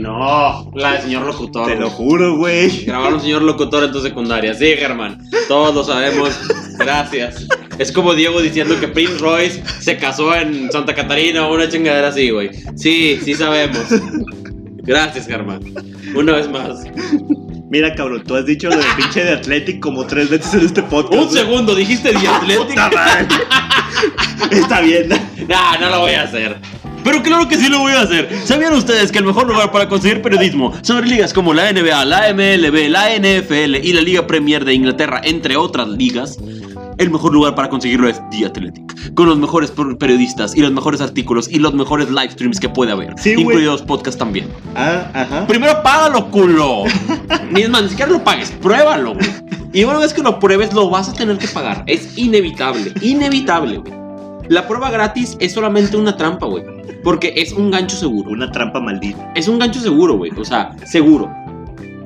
S2: no. La del señor locutor.
S1: Te lo
S2: güey.
S1: juro, güey.
S2: Grabaron señor locutor en tu secundaria. Sí, Germán. Todos lo sabemos. Gracias. Es como Diego diciendo que Prince Royce se casó en Santa Catarina o una chingadera así, güey. Sí, sí sabemos. Gracias, Germán. Una vez más.
S1: Mira, cabrón, tú has dicho lo de pinche de Athletic como tres veces en este podcast.
S2: Un
S1: güey.
S2: segundo, dijiste The Athletic.
S1: Puta madre. (laughs) Está bien.
S2: (laughs) Nah, no lo voy a hacer. Pero claro que sí lo voy a hacer. ¿Sabían ustedes que el mejor lugar para conseguir periodismo sobre ligas como la NBA, la MLB, la NFL y la Liga Premier de Inglaterra, entre otras ligas? El mejor lugar para conseguirlo es The Athletic, con los mejores per- periodistas y los mejores artículos y los mejores live streams que puede haber,
S1: Sí, güey.
S2: incluidos podcasts también.
S1: Ah, ajá.
S2: Primero págalo, culo. Misma, ni siquiera lo pagues, pruébalo. güey. Y una vez que lo pruebes, lo vas a tener que pagar. Es inevitable, inevitable, güey. La prueba gratis es solamente una trampa, güey. Porque es un gancho seguro.
S1: Una trampa maldita.
S2: Es un gancho seguro, güey. O sea, seguro.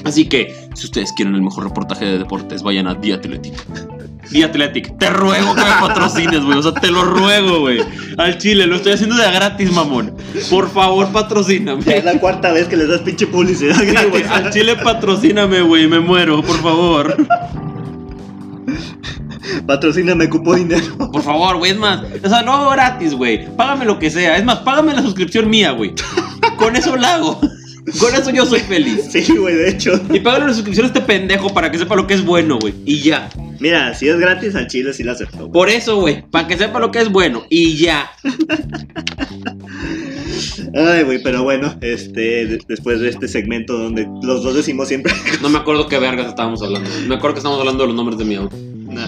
S2: Así que, si ustedes quieren el mejor reportaje de deportes, vayan a The Athletic. The Athletic, te ruego que me patrocines, güey. O sea, te lo ruego, güey. Al chile, lo estoy haciendo de a gratis, mamón. Por favor,
S1: Ya
S2: patrocíname.
S1: es la cuarta vez que les das pinche publicidad.
S2: Sí,
S1: gratis.
S2: güey, al chile, patrocíname, güey. Me muero, por favor.
S1: Patrocíname, cupo dinero. (laughs)
S2: Por favor, güey, es más. O sea, no gratis, güey. Págame lo que sea. Es más, págame la suscripción mía, güey. Con eso la hago. Con eso yo soy feliz.
S1: Sí, güey, de hecho.
S2: Y págale la suscripción a este pendejo para que sepa lo que es bueno, güey. Y ya.
S1: Mira, si es gratis, al chile sí la aceptó.
S2: Por eso, güey. Para que sepa lo que es bueno. Y ya.
S1: Ay, güey, pero bueno, este, de- después de este segmento donde los dos decimos siempre. (laughs)
S2: No me acuerdo qué vergas estábamos hablando. Me acuerdo que estábamos hablando de los nombres de mi auto.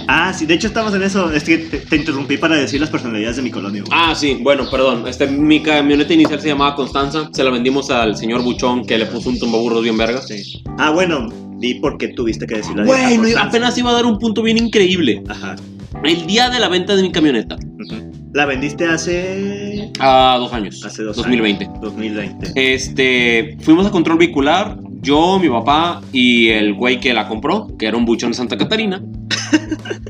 S1: Ah, sí, de hecho estamos en eso. Es que te, te interrumpí para decir las personalidades de mi colonia, güey.
S2: Ah, sí, bueno, perdón. Este, mi camioneta inicial se llamaba Constanza. Se la vendimos al señor Buchón que le puso un tumbaburros bien vergas.
S1: Ah, bueno, di por qué tuviste que decir la
S2: Güey, no,
S1: Constanza.
S2: apenas iba a dar un punto bien increíble.
S1: Ajá.
S2: El día de la venta de mi camioneta.
S1: ujú. La vendiste hace.
S2: Ah, dos años.
S1: Hace dos
S2: 2020.
S1: años. 2020.
S2: Este, fuimos a control vehicular, yo, mi papá y el güey que la compró, que era un buchón de
S1: (laughs)
S2: Santa Catarina.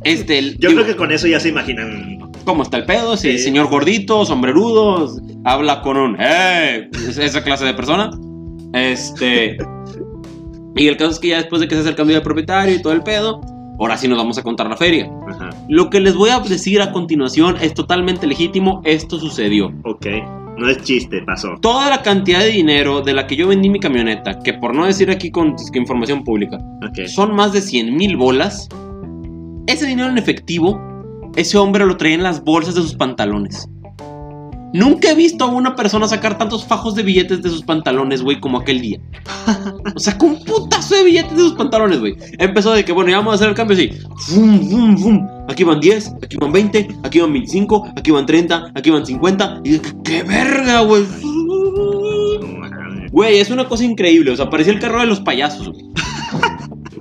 S2: Este, el-
S1: Yo
S2: digo,
S1: creo que con eso ya se imaginan.
S2: ¿Cómo está el pedo? Si
S1: Sí.
S2: señor gordito, sombrerudo, habla con un ¡Eh! Es- Esa clase de persona.
S1: (laughs)
S2: Este. y el caso es que ya después de que se hace el cambio de propietario y todo el pedo, ahora sí nos vamos a contar la feria.
S1: Ajá.
S2: Lo que les voy a decir a continuación es totalmente legítimo, esto sucedió.
S1: Ok. No es chiste, pasó.
S2: Toda la cantidad de dinero de la que yo vendí mi camioneta, que por no decir aquí con disque información pública,
S1: Ok.
S2: son más de 100 mil bolas, ese dinero en efectivo, ese hombre lo traía en las bolsas de sus pantalones. Nunca he visto a una persona sacar tantos fajos de billetes de sus pantalones, güey, como aquel día. (laughs) O sea, con un putazo de billetes de sus pantalones, güey. Empezó de que, bueno, ya vamos a hacer el cambio así. Fum, fum, fum. Aquí van 10, aquí van 20, aquí van 25, aquí van 30, aquí van 50. Y dije, ¡qué verga, güey!
S1: No, eh. mames.
S2: Güey, es una cosa increíble. O sea, parecía el carro de los payasos, güey.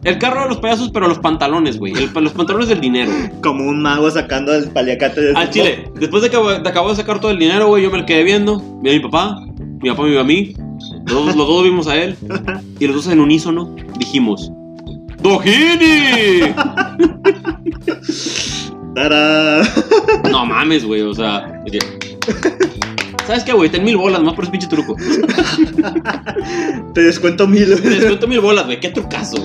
S2: El carro de los payasos, pero los pantalones, güey. El- los pantalones del dinero. güey.
S1: Como un mago sacando el paliacate del. (laughs)
S2: Al Ah, chile, después de que de acabo de sacar todo el dinero, güey, yo me lo quedé viendo. Vi a mi papá, mi papá me vio a mí. Los, dos- los dos vimos a él. Y los dos en unísono dijimos: ¡Dojini!
S1: Tará.
S2: No mames, güey, o sea. de que- ¿Sabes qué, güey? Ten mil bolas más por ese pinche truco.
S1: (laughs)
S2: (laughs)
S1: Te descuento mil.
S2: Te descuento mil bolas, güey. Qué trucazo.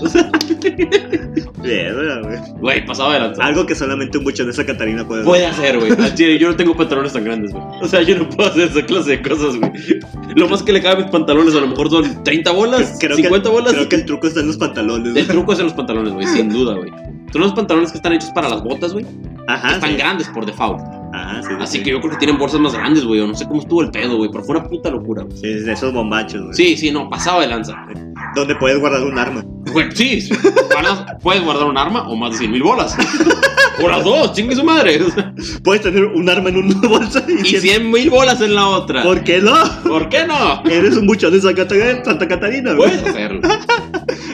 S1: Verga, güey.
S2: Güey, pasado de lanza.
S1: Algo que solamente un buchón de esa Catarina puede hacer.
S2: puede hacer, güey. Al chile, yo no tengo pantalones tan grandes, güey. O sea, yo no puedo hacer esa clase de cosas, güey. Lo más que le cabe a mis pantalones a lo mejor son 30 bolas,
S1: Creo que-
S2: 50 bolas.
S1: Creo que el truco está en los pantalones.
S2: El
S1: güey.
S2: truco es en los pantalones, güey, sin duda, güey. Son los pantalones que están hechos para las botas, güey. que
S1: Ajá.
S2: Están
S1: Ah, sí.
S2: grandes por default.
S1: Ajá, sí, sí,
S2: Así
S1: sí.
S2: que yo creo que tienen bolsas más grandes, güey. o No sé cómo estuvo el pedo, güey. Pero fue una puta locura, güey.
S1: Sí, de esos bombachos, güey.
S2: Sí, sí, no, pasado de lanza.
S1: Donde puedes guardar un arma.
S2: Güey, sí, sí. Armas, puedes guardar un arma o más de 100 mil bolas. O las dos, chingue su madre.
S1: Puedes tener un arma en una (laughs) bolsa y,
S2: Y
S1: cien-
S2: 100 mil bolas en la otra.
S1: ¿Por qué no?
S2: ¿Por qué no?
S1: Eres un buchón de Santa Cata- Santa Catarina, güey.
S2: Puedes hacerlo.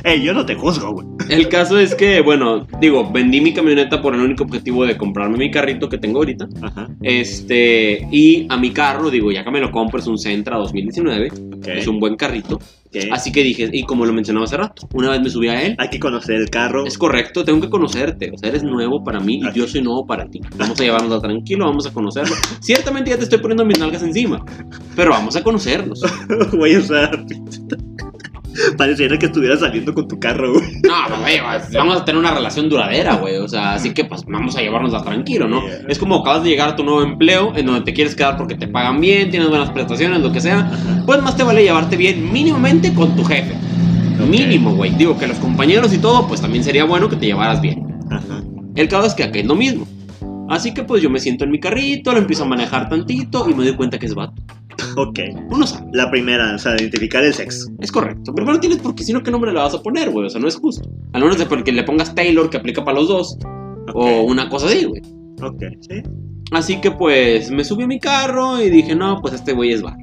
S1: Ey, yo no te juzgo, güey.
S2: El caso es que, bueno, digo, vendí mi camioneta por el único objetivo de comprarme mi carrito que tengo ahorita.
S1: Ajá.
S2: Este, y a mi carro, digo, ya que me lo compro, es un Sentra 2019.
S1: Ok.
S2: Es un buen carrito.
S1: ok.
S2: Así que dije, y como lo mencionaba hace rato, una vez me subí a él.
S1: Hay que conocer el carro.
S2: Es correcto, tengo que conocerte. O sea, eres nuevo para mí y
S1: Así.
S2: yo soy nuevo para ti. Vamos a llevarnos a tranquilo, vamos a conocerlo. Ciertamente ya te estoy poniendo mis nalgas encima, pero vamos a conocernos.
S1: (laughs) Güey, o sea. Pareciera que estuviera saliendo con tu carro, güey.
S2: No, pues, güey, pues, vamos a tener una relación duradera, güey. O sea, así que pues vamos a llevárnosla tranquilo, ¿no?
S1: Yeah.
S2: Es como acabas de llegar a tu nuevo empleo en donde te quieres quedar porque te pagan bien, tienes buenas prestaciones, lo que sea. Pues más te vale llevarte bien mínimamente con tu jefe.
S1: Ok.
S2: Mínimo, güey. Digo que los compañeros y todo, pues también sería bueno que te llevaras bien.
S1: Ajá.
S2: El caso es que acá es lo mismo. Así que pues yo me siento en mi carrito, lo empiezo a manejar tantito y me doy cuenta que es vato.
S1: Ok.
S2: Uno sabe,
S1: La primera, o sea, identificar el sexo.
S2: es correcto. Pero no tienes porque, sino qué nombre le vas a poner, güey. O sea, no es justo. Al menos de porque le pongas Taylor que aplica para los dos. O
S1: Ok,
S2: una cosa así, güey.
S1: Ok, sí.
S2: Así que pues me subí a mi carro y dije, no, pues este güey es bar.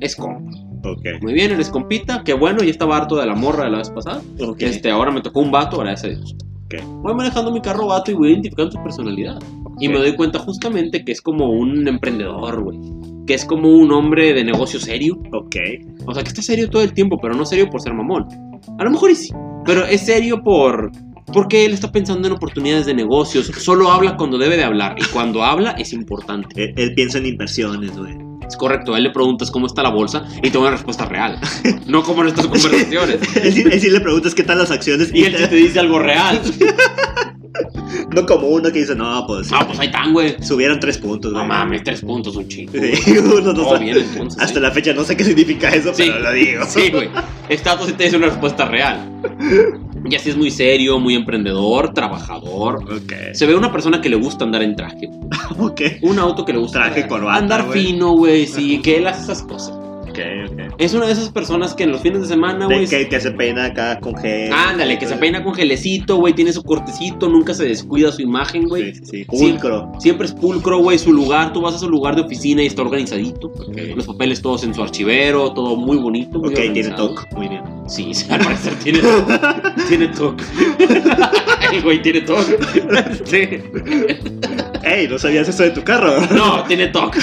S2: Es compa. pues,
S1: Ok.
S2: Muy bien, eres compita. Qué bueno, ya estaba harto de la morra de la vez pasada.
S1: Ok.
S2: Este, ahora me tocó un vato, gracias a Dios.
S1: Ok.
S2: Voy manejando mi carro vato y voy identificando su personalidad. Y me doy cuenta justamente que es como un emprendedor, güey. Que es como un hombre de negocio serio.
S1: Ok.
S2: O sea, que está serio todo el tiempo, pero no serio por ser mamón. A lo mejor y sí. Pero es serio por Porque él está pensando en oportunidades de negocios. Solo habla cuando debe de hablar. Y cuando habla es importante.
S1: Él, él piensa en inversiones, güey. (laughs)
S2: Es correcto. A él le preguntas cómo está la bolsa y te da una respuesta real. (laughs) No como en estas conversaciones.
S1: Él, sí- él sí le preguntas qué tal las acciones
S2: Y él sí te dice algo real.
S1: (laughs) No como uno que dice, no, pues
S2: Ah, pues ahí están, güey.
S1: subieron tres puntos,
S2: No
S1: güey.
S2: mames, tres puntos, un chingo.
S1: (laughs) Sí, uno no
S2: Oh,
S1: sabe.
S2: bien, entonces,
S1: Hasta
S2: sí.
S1: la fecha no sé qué significa eso,
S2: Sí.
S1: pero lo digo.
S2: Sí, güey. Esta sí te dice una respuesta real. Y así es muy serio, muy emprendedor, trabajador.
S1: Ok.
S2: Se ve una persona que le gusta andar en traje.
S1: Ok.
S2: Un auto que le gusta
S1: Traje,
S2: andar.
S1: corbata,
S2: Andar
S1: güey.
S2: fino, güey, sí, que él hace esas cosas.
S1: Ok, ok.
S2: Es una de esas personas que en los fines de semana,
S1: De
S2: Ah, güey. Ah,
S1: que, que se peina acá con gel.
S2: Ándale, que se peina con gelecito, güey, tiene su cortecito, nunca se descuida su imagen, güey.
S1: Sí, sí, sí. Pulcro.
S2: Siempre es pulcro, güey, su lugar, tú vas a su lugar de oficina y está organizadito. Los papeles todos en su archivero, todo muy bonito, muy
S1: Ok, tiene
S2: organizado.
S1: toque. Muy bien.
S2: Sí, (laughs) sí, al parecer tiene tiene toque. (laughs) El güey tiene toque. (laughs)
S1: Ey, ¿no sabías eso de tu
S2: (laughs)
S1: carro?
S2: No, tiene toque.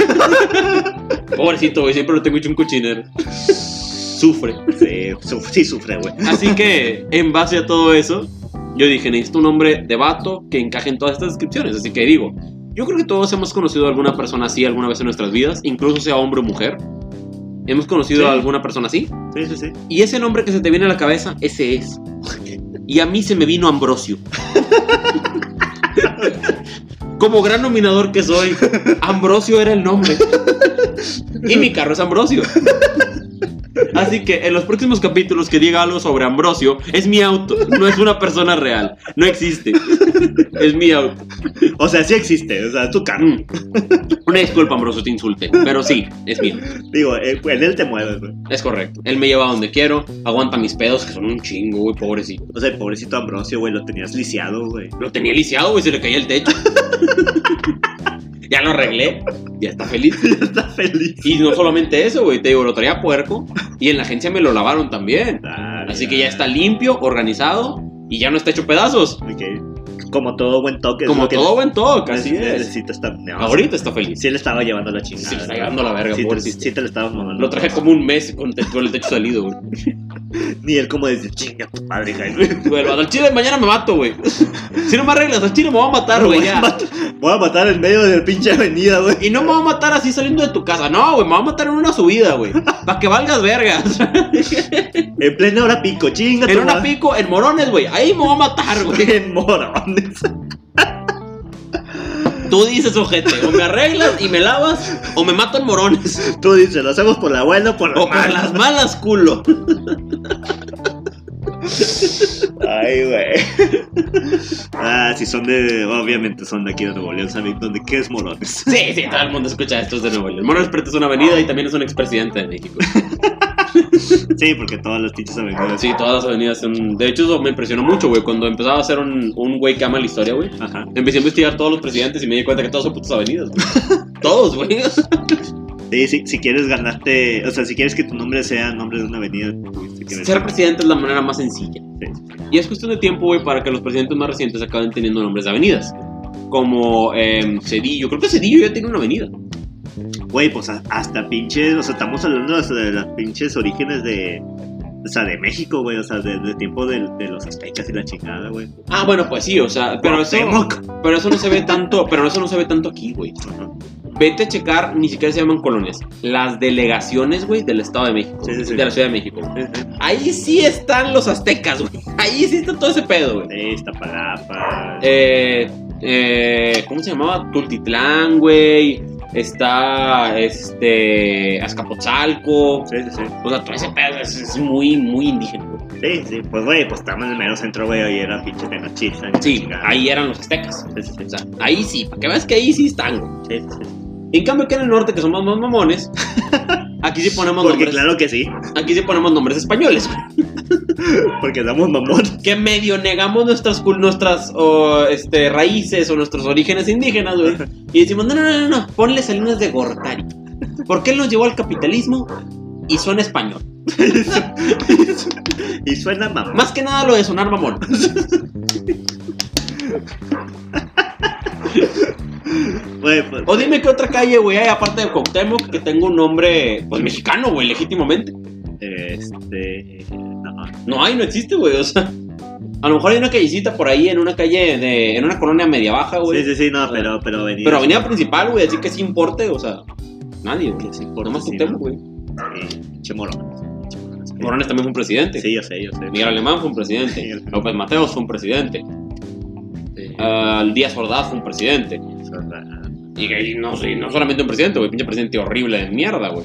S2: Pobrecito, güey, siempre lo tengo hecho un cochinero. Sufre.
S1: Sí, suf- sí sufre, güey.
S2: Así que, en base a todo eso, yo dije, necesito un hombre de vato que encaje en todas estas descripciones. Así que digo, yo creo que todos hemos conocido a alguna persona así alguna vez en nuestras vidas, incluso sea hombre o mujer. Hemos conocido
S1: Sí.
S2: a alguna persona así.
S1: Sí, sí, sí.
S2: Y ese nombre que se te viene a la cabeza, ese es. Y a mí se me vino Ambrosio. Como gran nominador que soy, Ambrosio era el nombre. Y mi carro es Ambrosio. Así que en los próximos capítulos que diga algo sobre Ambrosio, es mi auto, no es una persona real, no existe. Es mi auto.
S1: O sea, sí existe. O sea, es tu carro.
S2: Mm. Una disculpa, Ambrosio, te insulté, pero sí, es mi auto.
S1: Digo, eh, en él te mueves, güey.
S2: Es correcto. Él me lleva a donde quiero, aguanta mis pedos, que son un chingo, güey, pobrecito.
S1: O sea, el pobrecito Ambrosio, güey, lo tenías lisiado, güey. (laughs)
S2: Lo tenía lisiado, güey, se le caía el techo. ya lo arreglé, ya está feliz.
S1: Está feliz.
S2: Y no solamente eso, güey, te digo, lo traía puerco y en la agencia me lo lavaron también.
S1: Ah,
S2: Así
S1: mira.
S2: que ya está limpio, organizado y ya no está hecho pedazos.
S1: Ok. Como todo buen toque. es
S2: Como
S1: lo que
S2: todo buen toque,
S1: ne-
S2: así
S1: ne-
S2: es.
S1: Necesita estar. no,
S2: Ahorita está
S1: sí-
S2: feliz.
S1: Sí, le estaba llevando la chingada.
S2: Se le está
S1: güey.
S2: llevando la verga,
S1: Sí, te, sí,
S2: pobrecito.
S1: sí te lo estabas mamando.
S2: Lo traje como un mes con te- con el techo salido, güey.
S1: Ni él como dice, chinga tu madre, Jaime.
S2: Güey, al chile mañana me mato, güey. Si no me arreglas, al chile me voy a matar,
S1: Lo
S2: güey,
S1: voy a
S2: ya.
S1: matar- Voy a matar en medio de la pinche avenida, güey.
S2: Y no me va a matar así saliendo de tu casa. No, güey, me va a matar en una subida, güey. Para que valgas vergas.
S1: En plena hora pico, chinga
S2: En
S1: tu
S2: una
S1: madre.
S2: pico, en morones, güey. Ahí me voy a
S1: (laughs)
S2: matar, güey.
S1: En morones.
S2: Tú dices, ojete, o me arreglas y me lavas, o me mato en morones.
S1: Tú dices, lo hacemos por la buena o por la
S2: O
S1: (laughs)
S2: por
S1: mala.
S2: las malas, culo.
S1: Ay, güey. (laughs) Ah, si son de. Obviamente son de aquí de Nuevo León, ¿saben dónde? ¿Qué es morones?
S2: Sí, sí, todo el mundo escucha esto es de Nuevo León. Morones Preto es una avenida y también es un expresidente de México.
S1: (laughs) Sí, porque todas las pinches avenidas.
S2: Sí, todas las avenidas son... De hecho, eso me impresionó mucho, güey. Cuando empezaba a hacer un, un güey que ama la historia, güey.
S1: Ajá.
S2: Empecé a investigar todos los presidentes y me di cuenta que todos son putas avenidas, (laughs) güey. Todos, güey.
S1: Sí, sí, si quieres ganarte. O sea, si quieres que tu nombre sea nombre de una avenida, tuviste que
S2: Ser presidente es la manera más sencilla. Y es cuestión de tiempo, güey, para que los presidentes más recientes acaben teniendo nombres de avenidas. Como em, Cedillo. Creo que Cedillo ya tiene una avenida.
S1: Güey, pues a- hasta pinches, o sea, estamos hablando hasta de las pinches orígenes de, o sea, de México, güey, o sea, desde el tiempo de, de los aztecas y la chingada, güey.
S2: Ah, bueno, pues sí, o sea, pero eso,
S1: Cuauhtémoc.
S2: pero eso no se ve tanto, pero eso no se ve tanto aquí, güey. Vete a checar, ni siquiera se llaman colonias, las delegaciones, güey, del Estado de México,
S1: Sí, sí, sí.
S2: de la Ciudad de México. Ahí sí están los aztecas, güey. Ahí sí está todo ese pedo, güey.
S1: Esta palapa.
S2: Eh, eh, ¿Cómo se llamaba? Tultitlán, güey. Está, este, Azcapotzalco.
S1: Sí, sí, sí.
S2: O sea, todo ese pedo es, es muy, muy indígena. güey.
S1: Sí, sí, pues, güey, pues estamos en el mero centro, güey, y era pinche de la chista.
S2: Sí, ahí eran los aztecas.
S1: Sí, sí, sí.
S2: O sea, ahí sí, para que veas que ahí sí están, güey.
S1: sí, sí, sí.
S2: En cambio, que en el norte, que somos más mamones, (laughs) aquí sí ponemos
S1: Porque
S2: nombres,
S1: claro que sí, (laughs)
S2: aquí sí ponemos nombres españoles, güey,
S1: porque damos mamón.
S2: que medio negamos nuestras, cul- nuestras o, este, raíces o nuestros orígenes indígenas,
S1: (laughs)
S2: güey, y decimos, no, no, no, no, no, ponle Salinas de Gortari, porque él nos llevó al capitalismo y suena español.
S1: Y suena mamón.
S2: Más que nada lo de sonar mamón.
S1: Güey, pues,
S2: O dime qué otra calle, güey, hay aparte de Cuauhtémoc, que tengo un nombre, pues, mexicano, güey, legítimamente.
S1: este. No,
S2: Ah, No hay, no existe, güey, o sea, A lo mejor hay una callecita por ahí en una calle de. en una colonia media baja, güey.
S1: Sí, sí, sí, no,
S2: sea,
S1: pero, pero avenida.
S2: Pero avenida principal, güey, así que sí importe, o sea. Nadie, güey.
S1: Que sí importe,
S2: Nomás
S1: sí,
S2: Cuauhtémoc,
S1: ¿no?
S2: güey.
S1: Sí, Che Morón. Che Morón, es que-
S2: Morones también fue un presidente.
S1: Sí, yo sé, yo sé.
S2: Miguel Alemán fue
S1: (laughs)
S2: un presidente.
S1: Miguel.
S2: López Mateos fue un presidente.
S1: Sí.
S2: Ah, Díaz Ordaz fue un presidente.
S1: Eso es raro.
S2: Y que ahí no, sí, no solamente un presidente, güey, pinche presidente horrible de mierda, güey.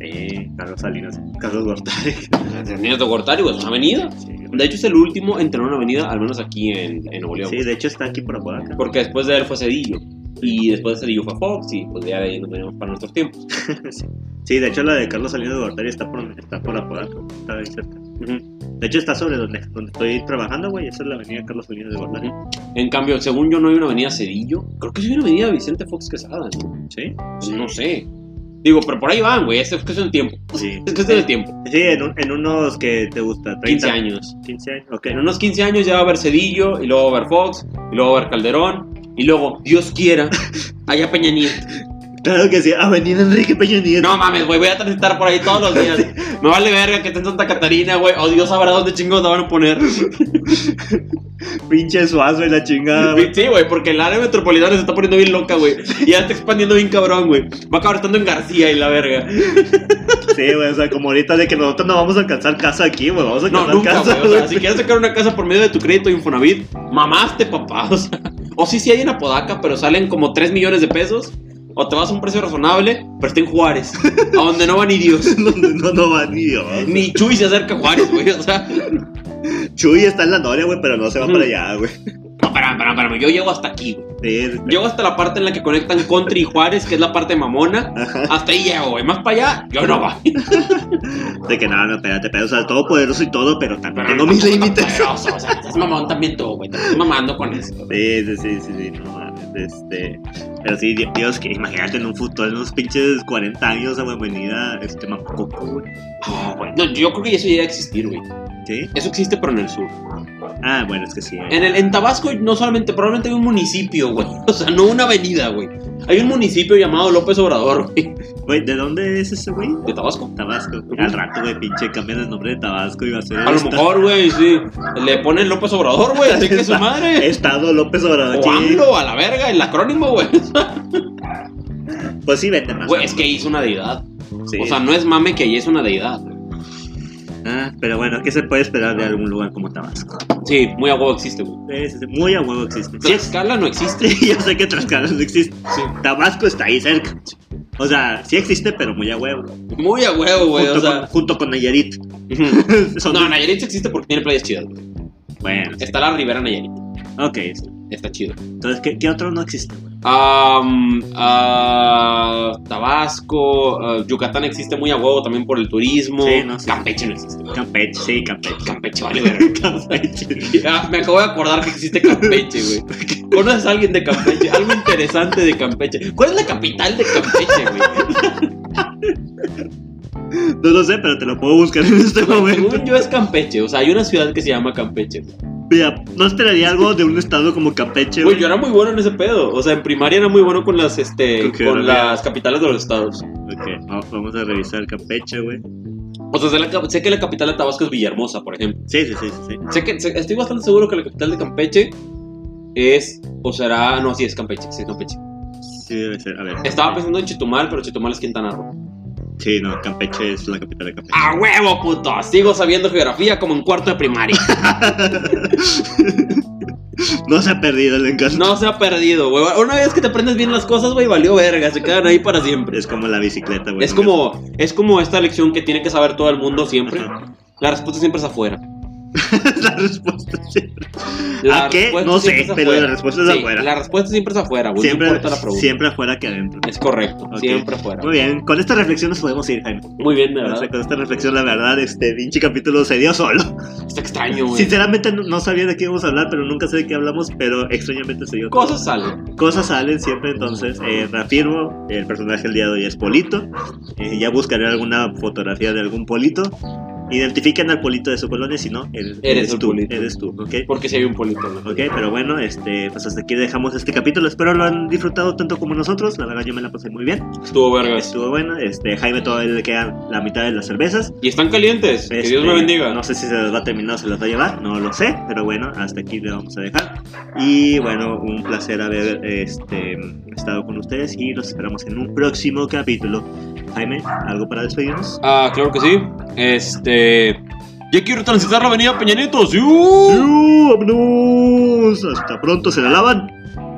S1: Sí, Carlos Salinas. Carlos Gortari.
S2: Nieto Gortari, güey, es una avenida.
S1: Sí,
S2: De hecho, es el último en tener una avenida, al menos aquí en, en Nuevo León.
S1: Sí, de hecho está aquí por Apodaca.
S2: Porque después de él fue Cedillo. Y después de Cedillo fue Fox. Y pues ya de ahí nos venimos para nuestros tiempos.
S1: Sí, de hecho la de Carlos Salinas Gortari está por, está por Apodaca. Está ahí cerca.
S2: Ujú.
S1: De hecho está sobre donde, donde estoy trabajando, güey. Esa es la avenida Carlos Salinas de Gortari.
S2: En cambio, según yo, no hay una avenida Cedillo. Creo que sí hay una avenida Vicente Fox Quesada, ¿no? Pues,
S1: ¿Sí?
S2: No sé. Digo, pero por ahí van, güey. Este Es es cuestión de tiempo. Este
S1: Sí.
S2: Es cuestión de tiempo.
S1: Sí, en, un- en unos que te gusta.
S2: 15
S1: 30,
S2: años.
S1: 15 años. Ok.
S2: En unos 15 años ya va a haber Cedillo, y luego va a haber Fox, y luego va a haber Calderón, y luego, Dios quiera, allá Peña Nieto.
S1: Claro que sí. Avenida Enrique Peña Nieto.
S2: No mames, güey, voy a transitar por ahí todos los días. Me vale verga que esté en Santa Catarina, güey. O Dios sabrá dónde chingos la van a poner.
S1: Pinche suazo y la chingada, güey.
S2: Sí, güey, porque el área metropolitana se está poniendo bien loca, güey. Y ya está expandiendo bien cabrón, güey. Va a acabar estando en García y la verga.
S1: Sí, güey. O sea, como ahorita de que nosotros no vamos a alcanzar casa aquí, güey. Vamos a
S2: No,
S1: alcanzar
S2: nunca,
S1: casa.
S2: güey. O sea, si quieres sacar una casa por medio de tu crédito Infonavit, mamaste, papá. O sea, o sí, sí hay en Apodaca, pero salen como 3 millones de pesos. O te vas a un precio razonable, pero está en Juárez. A donde no va ni
S1: (laughs)
S2: Dios.
S1: no, no, no va ni Dios.
S2: Ni Chuy se acerca a Juárez, güey. O sea,
S1: Chuy está en la noria, güey, pero no se va
S2: Ujú.
S1: para allá, güey.
S2: no, espérame, espérame, espérame. Yo llego hasta aquí, güey.
S1: Sí,
S2: Llego hasta la parte en la que conectan Country y Juárez, que es la parte mamona.
S1: Ajá.
S2: Hasta ahí llego, güey. Más para allá, yo no va.
S1: De que nada, no, espérate, pero, o sea, todo poderoso y todo, pero también tengo
S2: no
S1: mis límites.
S2: O sea, estás mamón también tú, güey. Te estás mamando con eso. güey.
S1: Sí, sí, sí, sí, sí, no mames, este... Pero sí, di- Dios, que imagínate en un futuro, en unos pinches 40 años, a bienvenida, este, Macoco, güey.
S2: No, Ah, güey. No, yo creo que eso llega a existir, güey.
S1: ¿Sí?
S2: Eso existe, pero en el sur.
S1: Ah, bueno, es que sí. eh.
S2: En, el, en Tabasco no solamente, probablemente hay un municipio, güey. (laughs) O sea, no una avenida, güey. Hay un municipio llamado López Obrador, güey.
S1: Güey, ¿de dónde es ese güey?
S2: ¿De Tabasco?
S1: Tabasco. Al rato, güey, pinche, cambian el nombre de Tabasco y va a ser...
S2: A lo
S1: esta-
S2: mejor, güey, sí. Le ponen López Obrador, güey. Así que su madre.
S1: Estado López Obrador.
S2: O
S1: sí.
S2: AMLO, a la verga, el
S1: (laughs)
S2: acrónimo, güey.
S1: Pues sí, vete más.
S2: Güey, es que hizo una deidad.
S1: Sí.
S2: O sea, no es mame que ahí es una deidad.
S1: Ah, pero bueno, ¿qué se puede esperar de algún lugar como Tabasco?
S2: Sí, muy a huevo existe, güey.
S1: Sí, sí, sí, Muy a huevo existe. Sí, es-
S2: Tlaxcala
S1: (laughs)
S2: no existe.
S1: Sí, yo sé que Tlaxcala no existe.
S2: Sí.
S1: Tabasco está ahí cerca. O sea, sí existe, pero muy a huevo.
S2: Muy a huevo, güey.
S1: junto,
S2: O sea.
S1: con, junto con
S2: (laughs)
S1: Nayarit.
S2: ujú.
S1: Son-
S2: No, Nayarit sí existe porque tiene playas chidas, güey.
S1: Bueno,
S2: Está la Ribera Nayarit.
S1: ok.
S2: Está chido.
S1: Entonces, ¿qué, qué otro no existe? güey?
S2: Am, ah, Tabasco, ah, Yucatán existe muy a huevo también por el turismo.
S1: Sí, no, sí.
S2: Campeche no existe. güey.
S1: Campeche, sí, Campeche.
S2: Campeche, vale, (laughs) verga.
S1: (laughs) Campeche.
S2: Ah, Me acabo de acordar que existe Campeche, güey. ¿Conoces a alguien de Campeche? Algo interesante de Campeche. ¿Cuál es la capital de Campeche,
S1: (laughs)
S2: güey?
S1: No lo sé, pero te lo puedo buscar en este momento.
S2: Según yo es Campeche, o sea, hay una ciudad que se llama Campeche. güey.
S1: Mira, no esperaría algo de un estado como Campeche.
S2: Güey,
S1: güey.
S2: yo era muy bueno en ese pedo. O sea, en primaria era muy bueno con las, este,
S1: Con
S2: con
S1: geografía.
S2: las capitales de los estados.
S1: Ok, va- vamos a revisar Campeche, güey.
S2: O sea, sé, la cap- sé que la capital de Tabasco es Villahermosa, por ejemplo.
S1: Sí, sí, sí, sí, sí.
S2: Sé que sé- estoy bastante seguro que la capital de Campeche es o será no sí es Campeche, sí es Campeche.
S1: Sí, debe ser. A ver.
S2: Estaba pensando en Chetumal, pero Chetumal es Quintana Roo.
S1: Sí, no, Campeche es la capital de Campeche.
S2: A huevo, puto. Sigo sabiendo geografía como en cuarto de primaria.
S1: No se ha perdido el encanto.
S2: (laughs) No se ha perdido, güey. Una vez que te aprendes bien las cosas, güey, valió verga, se quedan ahí para siempre.
S1: Es como la bicicleta, güey.
S2: Es como es como esta lección que tiene que saber todo el mundo siempre.
S1: Ajá.
S2: La respuesta siempre es afuera.
S1: (laughs) la respuesta siempre.
S2: La
S1: ¿A qué?
S2: respuesta
S1: No sé,
S2: siempre es
S1: pero la
S2: afuera.
S1: respuesta es
S2: Sí,
S1: afuera.
S2: La respuesta siempre es afuera, güey. No
S1: Siempre,
S2: importa la pregunta.
S1: siempre afuera que adentro.
S2: Es correcto,
S1: Ok.
S2: siempre afuera.
S1: Muy bien, con esta reflexión nos podemos ir, Jaime.
S2: Muy bien, de
S1: O
S2: verdad.
S1: sea, con esta reflexión, la verdad, este pinche capítulo se dio solo.
S2: Está extraño, güey.
S1: Sinceramente, no, no sabía de qué íbamos a hablar, pero nunca sé de qué hablamos, pero extrañamente se dio.
S2: Cosas salen.
S1: Cosas salen siempre, entonces, eh, reafirmo, el personaje del día de hoy es Polito. Eh, ya buscaré alguna fotografía de algún Polito. Identifiquen al polito de su colonia, si no, el-
S2: Eres el
S1: tú.
S2: polito.
S1: Eres tú, ¿ok?
S2: Porque si hay un polito. ¿no?
S1: Ok, pero bueno, este, pues hasta aquí dejamos este capítulo. Espero lo han disfrutado tanto como nosotros. La verdad, yo me la pasé muy bien.
S2: Estuvo vergas.
S1: Estuvo bueno. Este, Jaime todavía le queda la mitad de las cervezas.
S2: Y están calientes. que Dios
S1: Este,
S2: me bendiga.
S1: No sé si se los va a terminar o se los va a llevar, no lo sé, pero bueno, hasta aquí le vamos a dejar. Y bueno, un placer haber este, estado con ustedes y los esperamos en un próximo capítulo. Jaime, ¿algo para despedirnos?
S2: Ah, claro que sí. Este. Ya quiero transitar la avenida Peñanitos.
S1: ¡Sí! ¡Vámonos! ¡Hasta pronto! ¡Se la lavan!